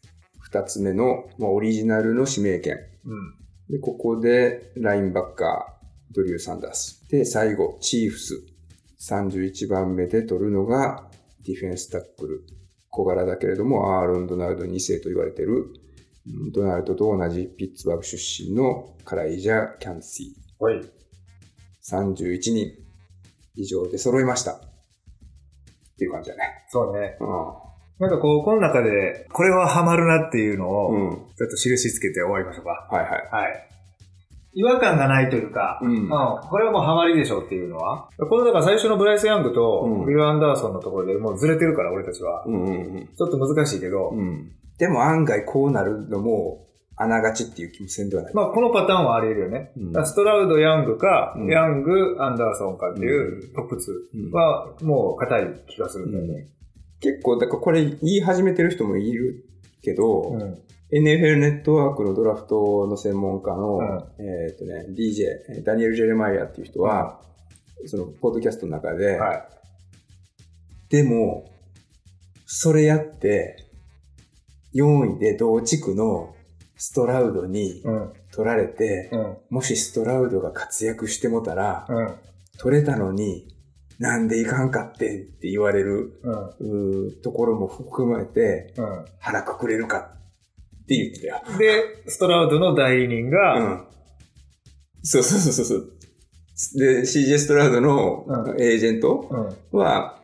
Speaker 1: 二つ目の、まあ、オリジナルの指名権。
Speaker 2: うん。
Speaker 1: で、ここでラインバッカー、ドリュー・サンダース。で、最後、チーフス。31番目で取るのが、ディフェンスタックル。小柄だけれども、アーロン・ドナルド2世と言われてる、うんドナルドと同じピッツバーグ出身のカライジャー・キャンシー。
Speaker 2: はい。
Speaker 1: 31人以上で揃いました。っていう感じだね。
Speaker 2: そうね。
Speaker 1: う
Speaker 2: なんかこう、この中で、これはハマるなっていうの
Speaker 1: ん。
Speaker 2: を、
Speaker 1: うん。
Speaker 2: ちょっと印つけて終わりましょうか。
Speaker 1: はいはい。
Speaker 2: はい。違和感がないというか、
Speaker 1: うん
Speaker 2: うん、これはもうハマりでしょうっていうのは。これだから最初のブライス・ヤングと
Speaker 1: うん
Speaker 2: ビル・アンダーソンのところでもうずれてるから、俺たちは。
Speaker 1: うんうん
Speaker 2: ちょっと難しいけど、
Speaker 1: うん。うん。でも案外こうなるのも、あながちっていう気もせんではない。
Speaker 2: まあこのパターンはあり得るよね。
Speaker 1: うん
Speaker 2: だからストラウド・ヤングか、
Speaker 1: うん
Speaker 2: ヤング・アンダーソンかっていううトップ2
Speaker 1: うん
Speaker 2: はもう硬い気がするんだよね。
Speaker 1: 結構、だからこれ言い始めてる人もいるけど、
Speaker 2: うん。
Speaker 1: NFL ネットワークのドラフトの専門家の、
Speaker 2: うん
Speaker 1: えーっとね、DJ、えーダニエル・ジェレマイアっていう人は、その、ポッドキャストの中で、
Speaker 2: はい。
Speaker 1: でも、それやって、4位で同地区のストラウドに
Speaker 2: うん。
Speaker 1: 取られて、
Speaker 2: うん。
Speaker 1: もしストラウドが活躍してもたら、
Speaker 2: うん。
Speaker 1: 取れたのに、なんでいかんかってんって言われる
Speaker 2: うん。
Speaker 1: うーところも含めて、
Speaker 2: う
Speaker 1: 腹くくれるかって言ってたよ。
Speaker 2: ん。で、ストラウドの代理人が、
Speaker 1: うん。そうそうそうそうそう。で、CJ ストラウドの
Speaker 2: う
Speaker 1: エージェント
Speaker 2: うん。
Speaker 1: は、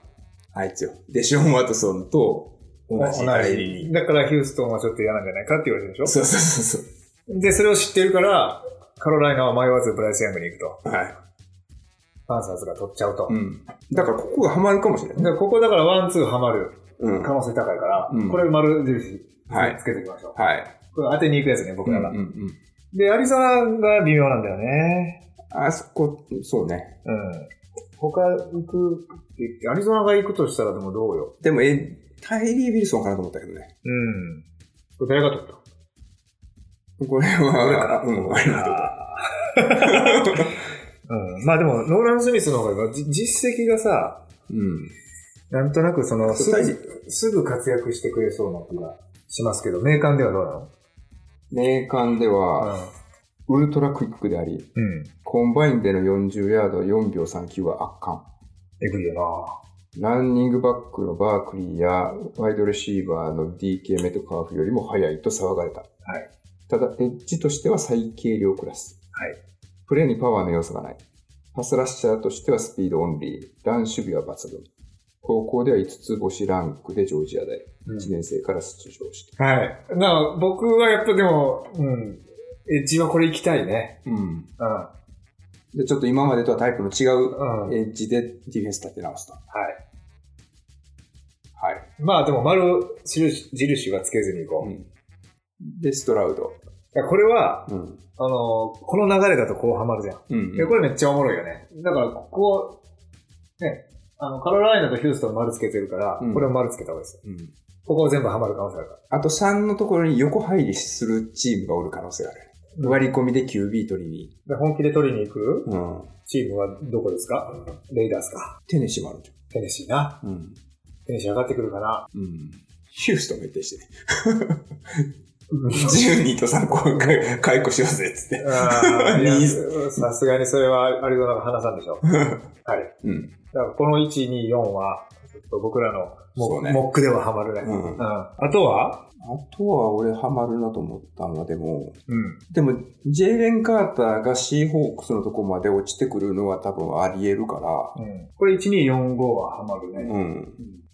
Speaker 1: あいつよ。デシオン・ワトソンと同じ代理人。
Speaker 2: だからヒューストンはちょっと嫌なんじゃないかって言われてるでし
Speaker 1: そうそうそうそ
Speaker 2: ょで、それを知ってるから、カロライナは迷わずブライス・ヤングに行くと。
Speaker 1: う。はい。
Speaker 2: パンサーズが取っちゃうと。
Speaker 1: うん。だからここがハマるかもしれ
Speaker 2: だ
Speaker 1: な
Speaker 2: か
Speaker 1: い。
Speaker 2: らここだからワン、ツーハマる
Speaker 1: うん。
Speaker 2: 可
Speaker 1: は
Speaker 2: 能性高いから、
Speaker 1: うん
Speaker 2: これ丸印
Speaker 1: はい
Speaker 2: つけていきましょう。
Speaker 1: い。
Speaker 2: これ当てに行くやつね、僕
Speaker 1: うんう
Speaker 2: ら
Speaker 1: ん
Speaker 2: が。
Speaker 1: うん。
Speaker 2: で、アリゾナが微妙なんだよね。
Speaker 1: あそこ、そうね。
Speaker 2: うん。他行くって言って、アリゾナが行くとしたらでもどうよ。
Speaker 1: でも、え、タイリー・ウィルソンかなと思ったけどね。
Speaker 2: うん。これ誰が取った
Speaker 1: これは、うん、ありがとう。
Speaker 2: うん。まあでも、ノーラン・スミスの方がじ実績がさ、
Speaker 1: うん。
Speaker 2: なんとなくその、す
Speaker 1: そう
Speaker 2: ぐ、すぐ活躍してくれそうな気がしますけど、名鑑ではどうなの
Speaker 1: 年間では、ウルトラクイックであり、
Speaker 2: うん。うん。
Speaker 1: コンバインでの40ヤード4秒39は圧巻。
Speaker 2: えぐいよ
Speaker 1: ランニングバックのバークリーやワイドレシーバーの DK メトカーフよりも速いと騒がれた。
Speaker 2: い
Speaker 1: ただ、エッジとしては最軽量クラス。
Speaker 2: はい
Speaker 1: プレーにパワーの要素がない。パスラッシャーとしてはスピードオンリー。ラン守備は抜群。高校では5つ星ランクでジョージア大。
Speaker 2: うん
Speaker 1: 1年生から出場した。
Speaker 2: な。はい。なあ、僕はやっぱでも、うん。エッジはこれ行きたいね。
Speaker 1: うん。
Speaker 2: うん。うん。
Speaker 1: で、ちょっと今までとはタイプの違う
Speaker 2: は
Speaker 1: エッジでディフェンス立て直した。はい。
Speaker 2: い。まあでも、丸印、印はつけずに行こう。
Speaker 1: うんで、ストラウド。
Speaker 2: だからこれは、
Speaker 1: うん。
Speaker 2: あの、この流れだとこうハマるじゃん。
Speaker 1: うん
Speaker 2: で、これめっちゃおもろいよね。だから、ここ、ね、あの、カロライナとヒューストン丸つけてるから、
Speaker 1: うん
Speaker 2: これを丸つけた方がいいですよ。
Speaker 1: うん
Speaker 2: ここ全部ハマる可能性あるから。
Speaker 1: あと3のところに横入りするチームがおる可能性がある。割り込みで QB 取りに。
Speaker 2: で本気で取りに行く
Speaker 1: うん。
Speaker 2: チームはどこですかレイダースか。
Speaker 1: テネシーもあるじ
Speaker 2: テネシーな。
Speaker 1: ゃん。うん。
Speaker 2: テネシー上がってくる かな。
Speaker 1: うん。ヒューストンが一定してね。12と3個解解雇しようぜ、つって。
Speaker 2: あーいや
Speaker 1: いい
Speaker 2: さすがにそれはアリゾナが話さんでしょ。はい。
Speaker 1: うん。
Speaker 2: だからこの1、2、4は、ちょっと僕らの
Speaker 1: そう
Speaker 2: モ,、
Speaker 1: ね
Speaker 2: ックではハマるね。
Speaker 1: う
Speaker 2: うん。
Speaker 1: ん。あ
Speaker 2: あとは
Speaker 1: とは俺ハマるなと思ったのは、でも、
Speaker 2: うん。
Speaker 1: でも、ジェイレン・カーターがシーホークスのとこまで落ちてくるのは多分あり得るか
Speaker 2: うん。これ1、2、4、5はハマる
Speaker 1: ら、
Speaker 2: ね。
Speaker 1: うん。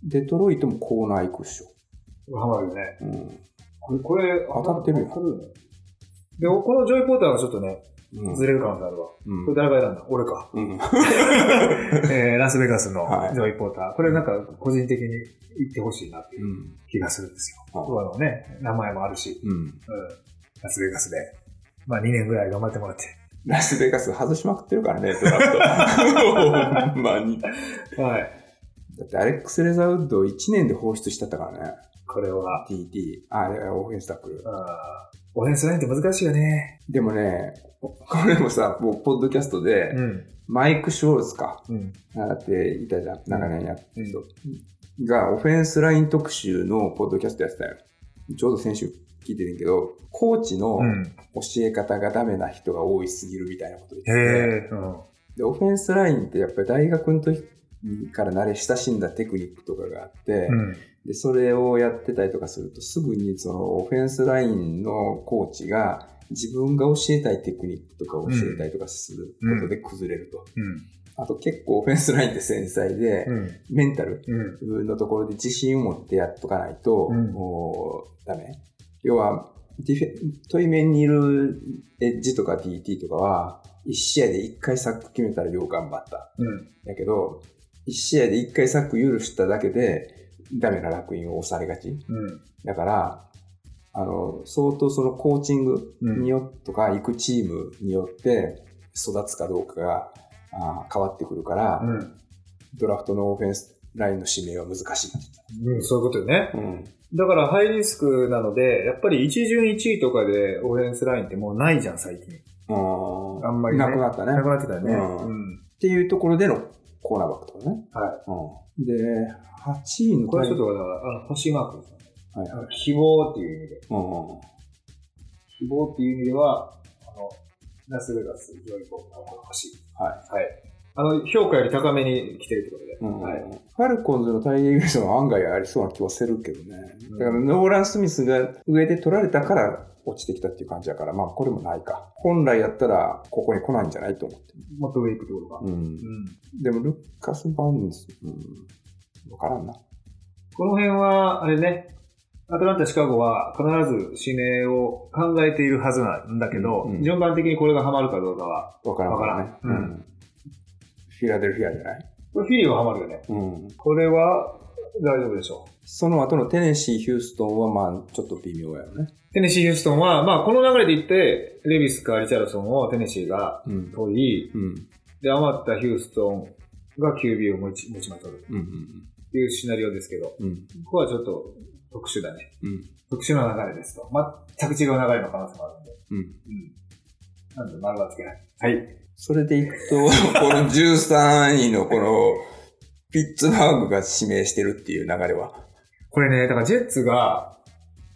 Speaker 1: デトロイトもコーナー行くっしょ。
Speaker 2: ハマるよね。
Speaker 1: うん。
Speaker 2: これ、これ
Speaker 1: 当たってるよ
Speaker 2: 当たよねで、このジョイ・ポーターがちょっとね、
Speaker 1: うん
Speaker 2: ずれる可能性あるわ。
Speaker 1: うん
Speaker 2: これ誰が選んだ 俺か。
Speaker 1: うん。
Speaker 2: えー、ラスベガスの
Speaker 1: はい
Speaker 2: ジョイ・ポーター。これなんか個人的に行ってほしいなっていう
Speaker 1: うん。
Speaker 2: 気がするんですよ。
Speaker 1: はい
Speaker 2: 僕はあのね、名前もあるし、
Speaker 1: うん。
Speaker 2: うん、ラスベガスで。まあ2年ぐらい頑張ってもらって。
Speaker 1: ラスベガス外しまくってるからね、ドラフト。 ほんまに。だ
Speaker 2: はい。
Speaker 1: ってアレックス・レザーウッドを1年で放出しちゃったからね。
Speaker 2: これは、
Speaker 1: TT。あ、いやオフェンスタックル。
Speaker 2: あーオフェンスラインって難しいよね。
Speaker 1: でもね、これもさ、もうポッドキャストで、
Speaker 2: ん。
Speaker 1: マイク・ショーズか。
Speaker 2: うん。
Speaker 1: なっていたじゃん。長年やってる人。が、オフェンスライン特集のポッドキャストやってたよ。ちょうど先週聞いてるけど、コーチの
Speaker 2: うん。
Speaker 1: 教え方がダメな人が多いすぎるみたいなこと言って
Speaker 2: へ
Speaker 1: て、
Speaker 2: え。うん。
Speaker 1: で、オフェンスラインってやっぱり大学の時から慣れ親しんだテクニックとかがあって、
Speaker 6: うん。
Speaker 1: でそれをやってたりとかするとすぐにそのオフェンスラインのコーチが自分が教えたいテクニックとかを教えたりとかすることで崩れると。あと結構オフェンスラインって繊細で、
Speaker 6: うん。
Speaker 1: メンタル
Speaker 6: うん。
Speaker 1: のところで自信を持ってやっとかないと、
Speaker 6: うん
Speaker 1: もうダメ。要は、ディフェ、対面にいるエッジとか DT とかは、1試合で1回サック決めたらよう頑張った。
Speaker 6: うん。
Speaker 1: だけど、1試合で1回サック許しただけで、ダメな楽園を押されがち。
Speaker 6: うん。
Speaker 1: だから、あの、相当そのコーチングによっとか、行くチームによって育つかどうかがあー変わってくるから、
Speaker 6: うん。
Speaker 1: ドラフトのオフェンスラインの指名は難しいって
Speaker 2: うん、そういうことよね。
Speaker 1: 言ってた。
Speaker 2: だからハイリスクなので、やっぱり一巡一位とかでオフェンスラインってもうないじゃん、最近。
Speaker 1: うん。
Speaker 2: あんまりね
Speaker 1: なくなったね。
Speaker 2: な
Speaker 1: っ
Speaker 2: くなってたね。
Speaker 1: うん
Speaker 2: うん。
Speaker 1: ていうところでのコーナーバックとかね。はい。うん、で、8位の
Speaker 2: これちょっ
Speaker 1: と、
Speaker 2: とだから、あの、星マークですね。
Speaker 1: はい
Speaker 2: あの希望っていう意味で。
Speaker 1: うん。
Speaker 2: 希望っていう意味では、あの、ラスベガス、ジョイボーの星。。
Speaker 1: はい
Speaker 2: はい。あの、評価より高めに来てるってことで。
Speaker 1: うん
Speaker 2: はい
Speaker 1: ファルコンズのタイリー・ウィルソンは案外ありそうな気はするけどね。だからノーラン・スミスが上で取られたから落ちてきたっていう感じだから、まあこれもないか。本来やったらここに来ないんじゃないと思ってる。
Speaker 2: もっと上行くってことか。
Speaker 1: うん
Speaker 2: うん。
Speaker 1: でもルッカス・バウンズ、うん、わからんな。
Speaker 2: この辺は、あれね、アトランタ、シカゴは必ず指名を考えているはずなんだけど、
Speaker 1: うんうん
Speaker 2: 順番的にこれがハマるかどうかは、
Speaker 1: わからん
Speaker 2: わからんうん
Speaker 1: うんフィラデルフィアじゃない
Speaker 2: これフィリーはハマるよね。
Speaker 1: うん。
Speaker 2: これは大丈夫でしょ
Speaker 1: その後のテネシー・ヒューストンはまあちょっと微妙やよね。
Speaker 2: う。テネシー・ヒューストンは、まあこの流れでいって、レビスかリチャルソンをテネシーが
Speaker 1: うん。
Speaker 2: 取り、
Speaker 1: うん。
Speaker 2: で、余ったヒューストンが QB を持ち持ちまとる
Speaker 1: うん。
Speaker 2: っていうシナリオですけど、こ
Speaker 1: うん。うん。
Speaker 2: こはちょっと特殊だね。
Speaker 1: うん。
Speaker 2: 特殊な流れですと。全く違う流れの可能性もあるんで。
Speaker 1: うん。
Speaker 2: うん。なんで丸はつけない。はい。
Speaker 1: それでいくと、 この13位のこの、ピッツバーグが指名してるっていう流れは。
Speaker 2: これね、だからジェッツが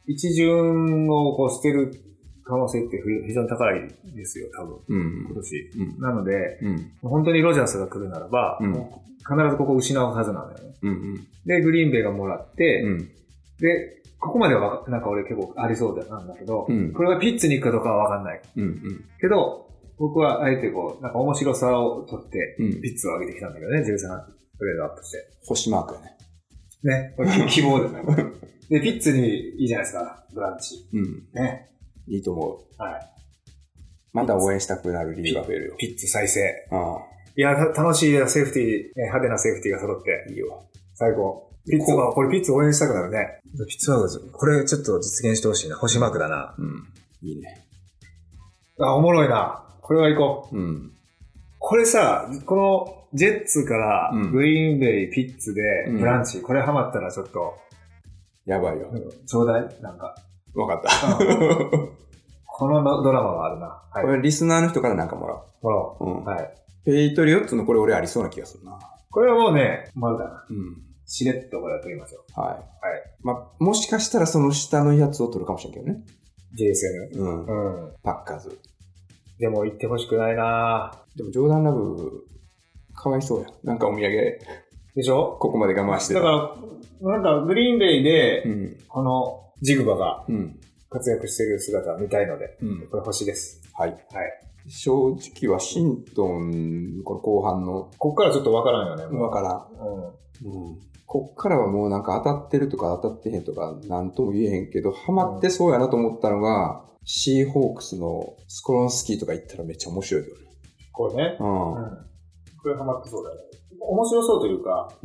Speaker 2: 一巡をこう捨てる可能性って非常に高いですよ、多分。
Speaker 1: うん
Speaker 2: 今年。
Speaker 1: うん。
Speaker 2: なので、
Speaker 1: うん。
Speaker 2: 本当にロジャースが来るならば、
Speaker 1: うん
Speaker 2: もう必ずここを失うはずなんだよね。
Speaker 1: うん。
Speaker 2: で、グリーンベイがもらって、
Speaker 1: うん。
Speaker 2: で、ここまではわかなんか俺結構ありそうだなんだけど、
Speaker 1: うん
Speaker 2: これがピッツに行くかどうかはわかんない。
Speaker 1: うん。うん。
Speaker 2: けど、僕はあえてこう、なんか面白さを取って、
Speaker 1: うん。
Speaker 2: ピッツを上げてきたんだけどね、13、グレードアップして。
Speaker 1: 星マークやね。
Speaker 2: ね、これ希望だよね、これ。で、ピッツにいいじゃないですか、ブランチ。
Speaker 1: うん。
Speaker 2: ね。
Speaker 1: いいと思う。
Speaker 2: はい。
Speaker 1: また応援したくなる理由が増えるよ。
Speaker 2: ピッツ再生。
Speaker 1: あ
Speaker 2: いや、た楽しいセーフティー、ね派手なセーフティーが揃って
Speaker 1: あ、、いいわ。
Speaker 2: 最高。ピッツは、これピッツ応援したくなるね。ピッツバーグ、これちょっと実現してほしいな。星マークだな。
Speaker 1: うん。いいね。
Speaker 2: あ、おもろいな。これは行こう。
Speaker 1: うん。
Speaker 2: これさ、この、ジェッツから
Speaker 1: うん、
Speaker 2: グリーンベイ、ピッツで
Speaker 1: う、ん
Speaker 2: ブランチ、これハマったらちょっと、
Speaker 1: やばいよ。
Speaker 2: ちょうだいなんか。
Speaker 1: わかった。
Speaker 2: このドラマはあるな。
Speaker 1: こ
Speaker 2: はい。
Speaker 1: れリスナーの人からなんかもら
Speaker 2: ほら。
Speaker 1: おう。うん。
Speaker 2: はい。
Speaker 1: ペイトリオッツのこれ俺ありそうな気がするな。
Speaker 2: これはもうね、まだな。
Speaker 1: うん。
Speaker 2: しれっとこれやっておきますよ。
Speaker 1: はい。はい。まあ、もしかしたらその下のやつを取るかもしれんけどね。
Speaker 2: JSN。
Speaker 1: うん。
Speaker 2: うん。
Speaker 1: パッカーズ。
Speaker 2: でも行ってほしくないな
Speaker 1: でも、ジョーダン・ラブ、かわいそうや。なんかお土産、
Speaker 2: でしょ
Speaker 1: ここまで我慢して
Speaker 2: だ
Speaker 1: た。
Speaker 2: から、なんかグリーンベイで、
Speaker 1: うん。
Speaker 2: このジグバが
Speaker 1: うん。
Speaker 2: 活躍してる姿を見たいので、
Speaker 1: うん。
Speaker 2: これ星です。
Speaker 1: はい。
Speaker 2: はい。
Speaker 1: 正直、ワシントン、この後半の、
Speaker 2: ここからちょっとわからんよね、も
Speaker 1: わ
Speaker 2: う。
Speaker 1: から
Speaker 2: うん。
Speaker 1: ん。うん。こっからはもうなんか当たってるとか当たってへんとか、なんとも言えへんけど、ハマってそうやなと思ったのが、シーホークスのスコロンスキーとか行ったらめっちゃ面白いよね。
Speaker 2: これね。
Speaker 1: う。
Speaker 2: うん。
Speaker 1: うん
Speaker 2: これハマってそうだよね。面白そうというか、
Speaker 1: ん。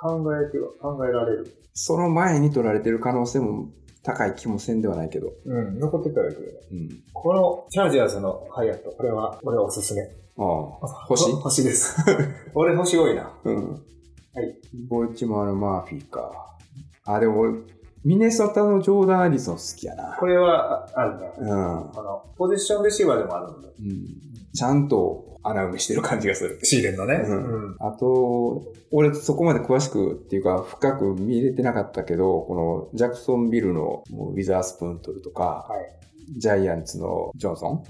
Speaker 2: 考えては、考えられる。
Speaker 1: その前に取られてる可能性も高い気もせんではないけど。
Speaker 2: うん。残ってたらいいけどね。
Speaker 1: うん。
Speaker 2: このチャージャーズのハイアット、これは、俺はおすすめ。
Speaker 1: ああ。星
Speaker 2: ほ星です。 俺星多いな。
Speaker 1: うん。
Speaker 2: はい。
Speaker 1: ボルチモアのマーフィーか。あ、でも俺、ミネソタのジョーダン・アリソン好きやな。
Speaker 2: これは、ああるね。
Speaker 1: うん。う
Speaker 2: あの、ポジションレシーバーでもあるんだ。
Speaker 1: ん。ちゃんと穴埋めしてる感じがする。
Speaker 2: シーレンのね。
Speaker 1: うん
Speaker 2: うん。
Speaker 1: あと、俺そこまで詳しくっていうか、深く見れてなかったけど、このジャクソンビルのもうウィザースプーントルとか、
Speaker 2: は
Speaker 1: ジャイアンツのジョンソン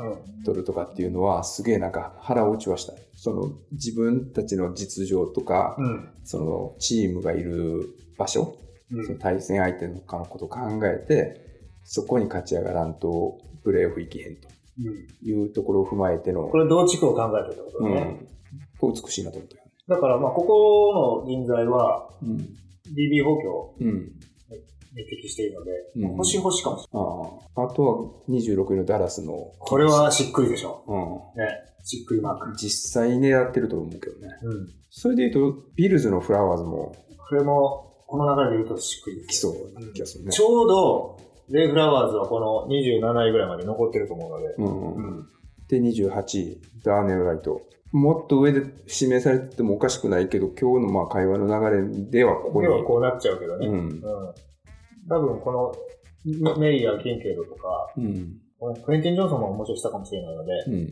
Speaker 1: 取るとかっていうのは、すげえなんか腹落ちはした。その自分たちの実情とか、
Speaker 7: うん。
Speaker 1: そのチームがいる場所、
Speaker 7: うん
Speaker 1: その対戦相手の他のことを考えて、そこに勝ち上がらんとプレーオフ行けへんと
Speaker 7: うん。
Speaker 1: いうところを踏まえての、
Speaker 2: これ、同地区を考えてるってこと
Speaker 1: う
Speaker 2: だね。
Speaker 1: ん、これ美しいなと思ったよ。
Speaker 2: だから、まあ、ここの人材は、
Speaker 1: うん。
Speaker 2: DB 補強
Speaker 1: うん。
Speaker 2: に適しているので、
Speaker 1: うん
Speaker 2: 星星かもしれない。
Speaker 1: あああとは26位のダラスの、
Speaker 2: これはしっくりでしょ。
Speaker 1: う
Speaker 2: ね。しっくりマーク
Speaker 1: ん、。実際狙ってると思うけどね。
Speaker 2: うん。
Speaker 1: それで言うと、ビルズのフラワーズも
Speaker 2: これも、この流れで言うとしっくりで
Speaker 1: 来
Speaker 2: す。
Speaker 1: そうな気がするね
Speaker 2: ち。ょうど、レイフラワーズはこの27位ぐらいまで残ってると思うので、
Speaker 1: うんうん、で、28位、ダーネル・ライト。もっと上で指名されててもおかしくないけど、今日のまあ会話の流れではここ
Speaker 2: で
Speaker 1: に。
Speaker 2: はこうなっちゃうけどね。
Speaker 1: う
Speaker 2: うん。
Speaker 1: ん。
Speaker 2: 多分この、メイヤー、キンケードとか、
Speaker 1: うん。
Speaker 2: このクエンティン・ジョンソンももちろんしたかもしれないので、
Speaker 1: うん。
Speaker 2: うん。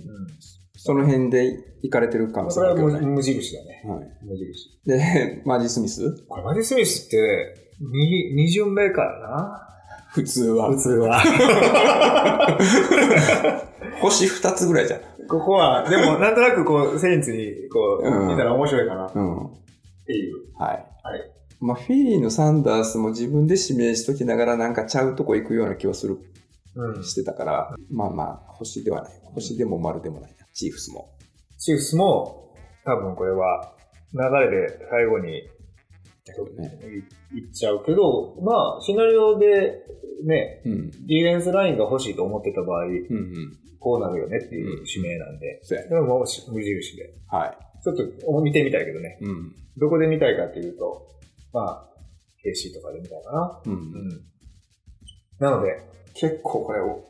Speaker 1: その辺で行かれてる可能性
Speaker 2: そ
Speaker 1: あ
Speaker 2: れ
Speaker 1: る
Speaker 2: は
Speaker 1: けど
Speaker 2: 無
Speaker 1: ね。
Speaker 2: 無印だね。
Speaker 1: はい、
Speaker 2: 無印。
Speaker 1: で、 マジ・スミス
Speaker 2: これマジスミスって、二二巡目から
Speaker 1: 普通は
Speaker 2: な。普通は。
Speaker 1: 星2つぐらいじゃん。
Speaker 2: ここは、でもなんとなくこう、セインツにこ
Speaker 1: うん
Speaker 2: う、見たら面白いかなっ
Speaker 1: うん。
Speaker 2: ていう。
Speaker 1: はい。
Speaker 2: はい
Speaker 1: まあ、フィリーのサンダースも自分で指名しときながらなんかちゃうとこ行くような気はする、
Speaker 2: うん。
Speaker 1: してたから、まあまあ、星ではない。星でも丸でもないな。チーフスも。
Speaker 2: チーフスも、多分これは、流れで最後に
Speaker 1: だけどね。
Speaker 2: いいっちゃうけど、まあ、シナリオで、ね、
Speaker 1: うん。
Speaker 2: ディフェンスラインが欲しいと思ってた場合、
Speaker 1: うんうん。
Speaker 2: こうなるよねっていう指名なんで、
Speaker 1: そうやね。
Speaker 2: でももうし無印で。
Speaker 1: はい。
Speaker 2: ちょっと見てみたいけどね、
Speaker 1: うん。
Speaker 2: どこで見たいかっていうと、まあ、KC とかで見たいかな。
Speaker 1: う。
Speaker 2: うんん。なので、
Speaker 1: 結構これを、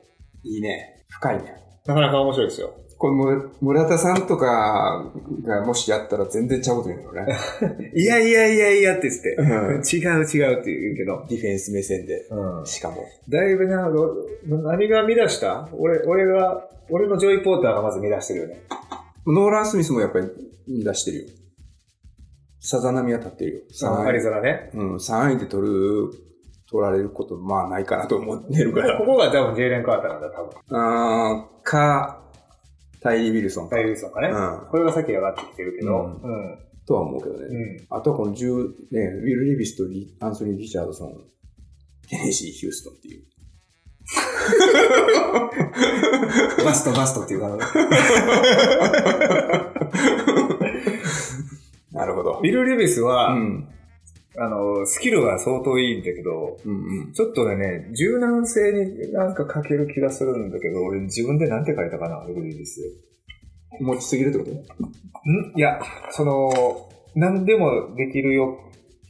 Speaker 1: いいね。深いね。
Speaker 2: なかなか面白いですよ。
Speaker 1: これも、村田さんとかがもしやったら全然ちゃうこと言うの ね。
Speaker 2: いやいやいやいやって言って、
Speaker 1: うん
Speaker 2: 違う違うって言うけど、
Speaker 1: ディフェンス目線で。
Speaker 2: うん。
Speaker 1: しかも。
Speaker 2: だいぶな、ろ何が乱した俺、俺が、俺のジョイ・ポーターがまず乱してるよね。
Speaker 1: ノーラン・スミスもやっぱり乱してるよ。さざ波は立ってるよ。
Speaker 2: アリゾナね。
Speaker 1: うん、3位で取る、取られること、まあないかなと思ってるか
Speaker 2: こ
Speaker 1: ら。
Speaker 2: こが多分ジェイレン・カーターなんだ、多分。
Speaker 1: あーか、タイリー・ウィルソンか。
Speaker 2: タイルソンがね。
Speaker 1: うん
Speaker 2: これがさっき上がってきてるけ
Speaker 1: う
Speaker 2: ど、うんん。うん。
Speaker 1: とは思うけどね。あとはこの10、ね、ウィル・リビスとリアンソニー・リチャードソン、テネシー・ヒューストンっていう。
Speaker 2: バスト、バストっていうか、
Speaker 1: なるほど
Speaker 2: ウ。ィル・リビス
Speaker 1: う
Speaker 2: は、
Speaker 1: ん。
Speaker 2: あの、スキルは相当いいんだけど、
Speaker 1: うんうん。
Speaker 2: ちょっとね、柔軟性になんか欠ける気がするんだけど、俺自分でなんて書いたかな、ウィル・リビス。
Speaker 1: 持ちすぎるってこと
Speaker 2: んいや、その、何でもできるよ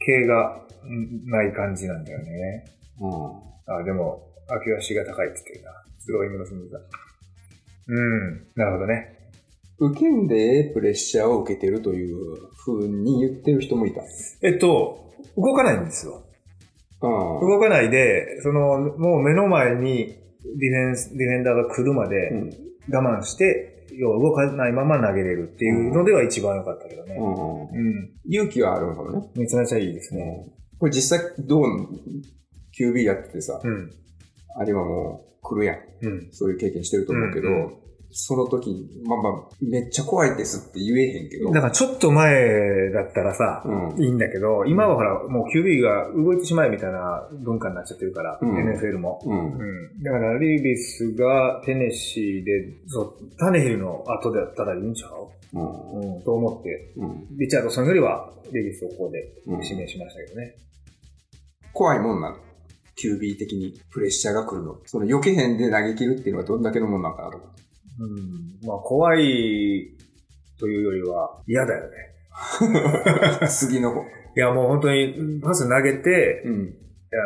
Speaker 2: 系がんない感じなんだよね。
Speaker 1: う
Speaker 2: あ、でも、秋足が高いって言ってるな。スローイングのスムーズだ。うん、なるほどね。
Speaker 1: ん。受けんでええプレッシャーを受けてるという風に言ってる人もいた。
Speaker 2: えっと、動かないんですよ。
Speaker 1: うん。
Speaker 2: 動かないで、その、もう目の前にディフェンス、ディフェンダーが来るま
Speaker 1: う
Speaker 2: で
Speaker 1: ん。
Speaker 2: 我慢して、要は動かないまま投げれるっていうのでは一番良かったけどね。
Speaker 1: うん。
Speaker 2: うん。
Speaker 1: 勇気はあるのかもね。
Speaker 2: めちゃめちゃいいですね。
Speaker 1: これ実際どう QB やっててさ、
Speaker 2: うん。
Speaker 1: あれはもう来るやん。
Speaker 2: うん。
Speaker 1: そういう経験してると思うけど、
Speaker 2: うんう
Speaker 1: その時に、まあまあ、めっちゃ怖いですって言えへんけど、
Speaker 2: だからちょっと前だったらさ、
Speaker 1: うん
Speaker 2: いいんだけど、今はほら、もう QB が動いてしまえみたいな文化になっちゃってるから、
Speaker 1: うん
Speaker 2: NFL も。
Speaker 1: うん。
Speaker 2: うん。だから、リービスがテネシーで、そう、タネヒルの後だったらいいんちゃう
Speaker 1: うん。
Speaker 2: うん、と思って、
Speaker 1: うん。
Speaker 2: リチャードソンよりは、リービスをここで
Speaker 1: うん
Speaker 2: 指名しましたけどね。
Speaker 1: 怖いもんなの。QB 的にプレッシャーが来るの。その避けへんで投げ切るっていうのはどんだけのもんなんかなと思って。
Speaker 2: うん。まあ、怖いというよりは、嫌だよね。
Speaker 1: 次の方。
Speaker 2: いや、もう本当に、パス投げて、
Speaker 1: うん。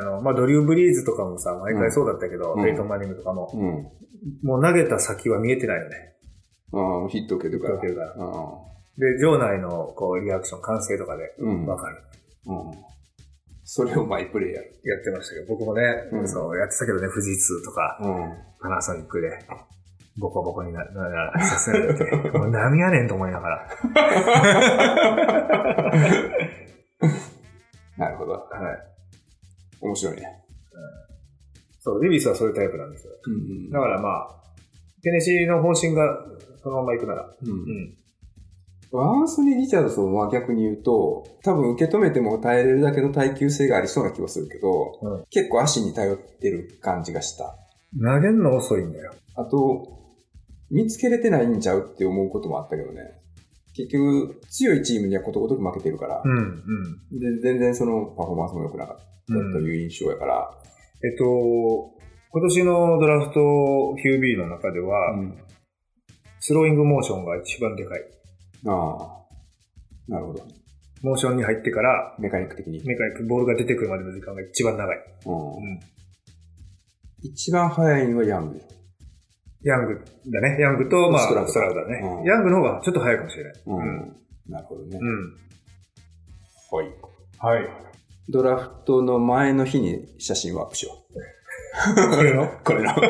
Speaker 2: あの、まあ、ドリュー・ブリーズとかもさ、毎回そうだったけど、
Speaker 1: うん
Speaker 2: ペイトン・マニングとかも、
Speaker 1: うん。
Speaker 2: もう投げた先は見えてないよね。
Speaker 1: ああ、ヒット受けてるから
Speaker 2: 受け。るから。
Speaker 1: あ
Speaker 2: で、場内の、こう、リアクション、完成とかで、
Speaker 1: ーうん。
Speaker 2: わかる。
Speaker 1: うん。それをマイプレイやる。
Speaker 2: やってましたけど、僕もね、
Speaker 1: うん
Speaker 2: そう、やってたけどね、富士通とか、
Speaker 1: う
Speaker 2: パナソニックで、ボコボコにな、な、な、させられて、もう何やねんと思いながら。
Speaker 1: ん。なるほど。
Speaker 2: はい。
Speaker 1: 面白いね。
Speaker 2: そう、デビスはそういうタイプなんですよ。
Speaker 8: うんうん
Speaker 2: だからまあ、テネシーの方針がそのまま行くなら。
Speaker 8: うん
Speaker 2: ん。
Speaker 8: アンソニー・リチャードソンは逆に言うと、多分受け止めても耐えれるだけの耐久性がありそうな気はするけど、
Speaker 2: うん
Speaker 8: 結構足に頼ってる感じがした。
Speaker 2: 投げるの遅いんだよ。
Speaker 8: あと、見つけれてないんちゃうって思うこともあったけどね。結局、強いチームにはことごとく負けてるから、
Speaker 2: ん、うん。
Speaker 8: で全然そのパフォーマンスも良くなかったという印象やから、
Speaker 2: えっと、今年のドラフト QB の中では、
Speaker 8: うん
Speaker 2: スローイングモーションが一番でかい。
Speaker 8: ああ、なるほど。
Speaker 2: モーションに入ってから、
Speaker 8: メカニック的に。
Speaker 2: メカイク、ボールが出てくるまでの時間が一番長い。
Speaker 8: うん
Speaker 2: うん
Speaker 8: 一番早いのはヤングでしょ
Speaker 2: ヤングだね。ヤングと、まあ、
Speaker 8: ス
Speaker 2: ス
Speaker 8: ト
Speaker 2: ト
Speaker 8: ラ
Speaker 2: ラ
Speaker 8: ウド
Speaker 2: ウドだね、
Speaker 8: うん
Speaker 2: ヤングの方がちょっと早いかもしれない。
Speaker 8: うん
Speaker 2: うん。
Speaker 8: なるほどね。
Speaker 2: うん。
Speaker 8: はい。
Speaker 2: はい。
Speaker 8: ドラフトの前の日に写真をアップしよ
Speaker 2: これの
Speaker 8: う。これ の。ツイ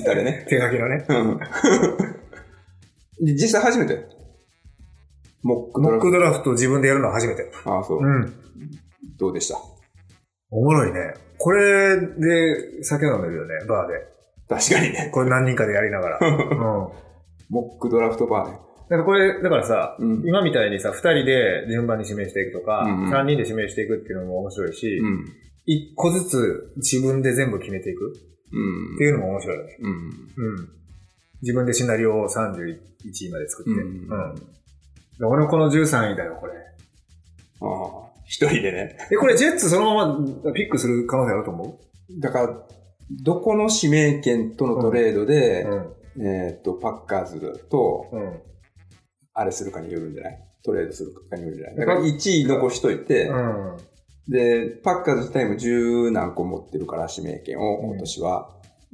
Speaker 8: ッターでね。
Speaker 2: 手書きのね。
Speaker 8: うん。 で実際初めて。モック
Speaker 2: モ
Speaker 8: ドラ
Speaker 2: ッ
Speaker 8: フ
Speaker 2: クドラフトを自分でやるのは初めて。
Speaker 8: ト。ああ、そう
Speaker 2: う。ん。
Speaker 8: どうでした
Speaker 2: おもろいね。これで酒飲んでるよね、バーで。
Speaker 8: 確かにね。
Speaker 2: これ何人かでやりなが ら。うん。
Speaker 8: モックドラフトバーね。
Speaker 2: だからこれ、だからさ、
Speaker 8: うん。
Speaker 2: 今みたいにさ、二人で順番に指名していくとか、
Speaker 8: うんうん
Speaker 2: 三人で指名していくっていうのも面白いし
Speaker 8: う、ん。
Speaker 2: 一、個ずつ自分で全部決めていく
Speaker 8: うん
Speaker 2: っていうのも面白いよね。
Speaker 8: うん。
Speaker 2: うん。自分でシナリオを31位まで作って。
Speaker 8: う
Speaker 2: うんん。で俺もこの13位だよ、これ。
Speaker 8: ああ。一人でね。
Speaker 2: え、これジェッツそのままピックする可能性あると思
Speaker 8: だから、どこの指名権とのトレードで、
Speaker 2: ううん。
Speaker 8: えーっと、パッカーズと、
Speaker 2: うん。
Speaker 8: あれするかによるんじゃないトレードするかによるんじゃないだから1位残しといて、
Speaker 2: うん。
Speaker 8: で、パッカーズ自体も十何個持ってるから、指名権を今年は。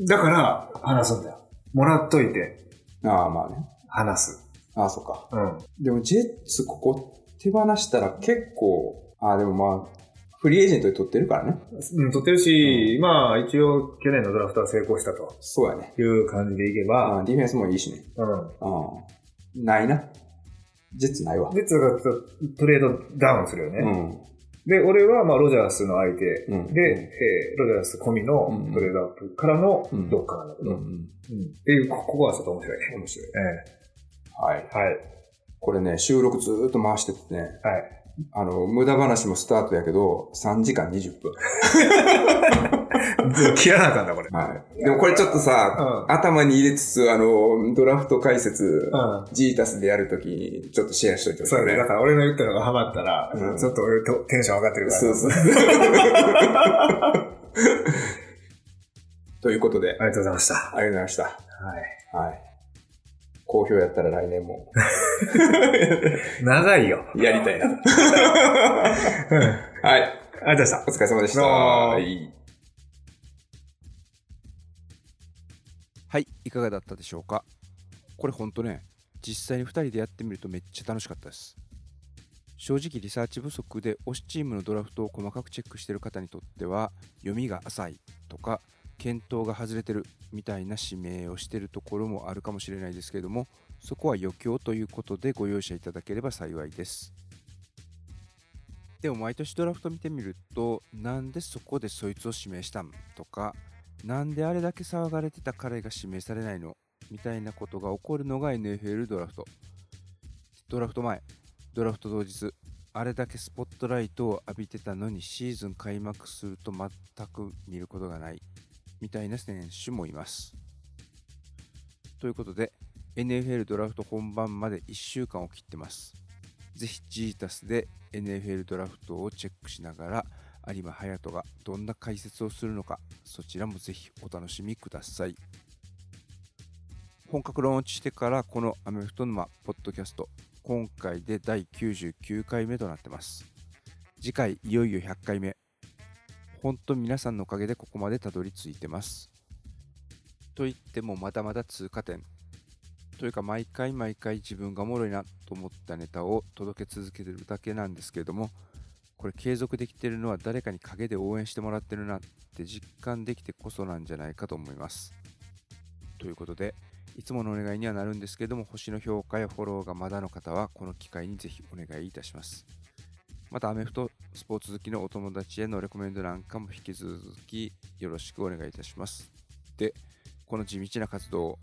Speaker 2: だから、話すんだよ。もらっといて、
Speaker 8: ああ、まあね。
Speaker 2: 話す。
Speaker 8: ああ、そうか。
Speaker 2: うん。
Speaker 8: でも、ジェッツここ手放したら結構、ああ、でもまあ、フリーエージェントで取ってるからね。
Speaker 2: うん、取ってるし、まあ、一応、去年のドラフトは成功したと
Speaker 8: そうやね。
Speaker 2: いう感じでいけ
Speaker 8: あ
Speaker 2: ば、
Speaker 8: あディフェンスもいいしね。
Speaker 2: うん。
Speaker 8: うん。ないな。ジェッツないわ。
Speaker 2: ジェッツがトレードダウンするよね。
Speaker 8: うん。
Speaker 2: で、俺は、まあ、ロジャースの相手で、
Speaker 8: うん
Speaker 2: えーロジャース込みのトレードアップからの
Speaker 8: うん
Speaker 2: どっかなんだけ
Speaker 8: う
Speaker 2: ど、
Speaker 8: ん。
Speaker 2: うんっていう、ここはちょっと面白いね。面白い。え
Speaker 8: はい。
Speaker 2: えはい。
Speaker 8: これね、収録ずーっと回しててね、
Speaker 2: はい。
Speaker 8: あの、無駄話もスタートやけど、3時間20分。
Speaker 2: 切らなあかんだ、これ。
Speaker 8: はい。でもこれちょっとさ、
Speaker 2: う
Speaker 8: 頭に入れつつ、あの、ドラフト解説、
Speaker 2: うん。
Speaker 8: ジータスでやるときに、ちょっとシェアしといてほしい
Speaker 2: そう
Speaker 8: ね
Speaker 2: だね。だから俺の言ったのがハマったら、
Speaker 8: うん
Speaker 2: ちょっと俺とテンション上がってるから。
Speaker 8: そうそう。 ということで、
Speaker 2: ありがとうございました。は
Speaker 8: ありがとうございました。
Speaker 2: い。
Speaker 8: はい。好評やったら来年も
Speaker 2: 長いよ。
Speaker 8: やりたいな。
Speaker 2: うん。 ありがとう
Speaker 8: はい。
Speaker 2: ございました。
Speaker 8: お疲れ様でした。
Speaker 2: どうも
Speaker 8: はい
Speaker 1: はい、いかがだったでしょうか。これほんとね、実際に2人でやってみるとめっちゃ楽しかったです。正直リサーチ不足で推しチームのドラフトを細かくチェックしてる方にとっては読みが浅いとか検討が外れてるみたいな指名をしてるところもあるかもしれないですけれどもそこは余興ということでご容赦いただければ幸いですでも毎年ドラフト見てみるとなんでそこでそいつを指名したんとかなんであれだけ騒がれてた彼が指名されないのみたいなことが起こるのが NFL ドラフト。ドラフト前、ドラフト当日、あれだけスポットライトを浴びてたのにシーズン開幕すると全く見ることがないみたいな選手もいます。ということで、NFL ドラフト本番まで1週間を切ってます。ぜひジータスで NFL ドラフトをチェックしながら、有馬隼人がどんな解説をするのかそちらもぜひお楽しみください本格ローンチしてからこのアメフト沼ポッドキャスト今回で第99回目となってます次回いよいよ100回目本当皆さんのおかげでここまでたどり着いてますと言ってもまだまだ通過点というか毎回毎回自分がおもろいなと思ったネタを届け続けてるだけなんですけれどもこれ継続できてるのは誰かに陰で応援してもらってるなって実感できてこそなんじゃないかと思います。ということで、いつものお願いにはなるんですけれども、星の評価やフォローがまだの方は、この機会にぜひお願いいたします。また、アメフトスポーツ好きのお友達へのレコメンドなんかも引き続きよろしくお願いいたします。で、この地道な活動、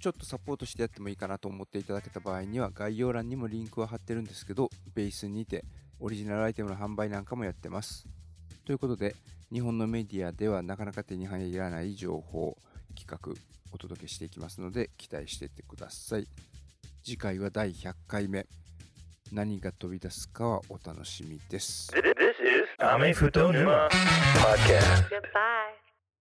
Speaker 1: ちょっとサポートしてやってもいいかなと思っていただけた場合には概要欄にもリンクは貼ってるんですけど、ベースにてオリジナルアイテムの販売なんかもやってます。ということで、日本のメディアではなかなか手に入らない情報、企画、お届けしていきますので期待していってください。次回は第100回目。何が飛び出すかはお楽しみです。
Speaker 9: This is Ame Futonuma Podcast.
Speaker 10: Goodbye.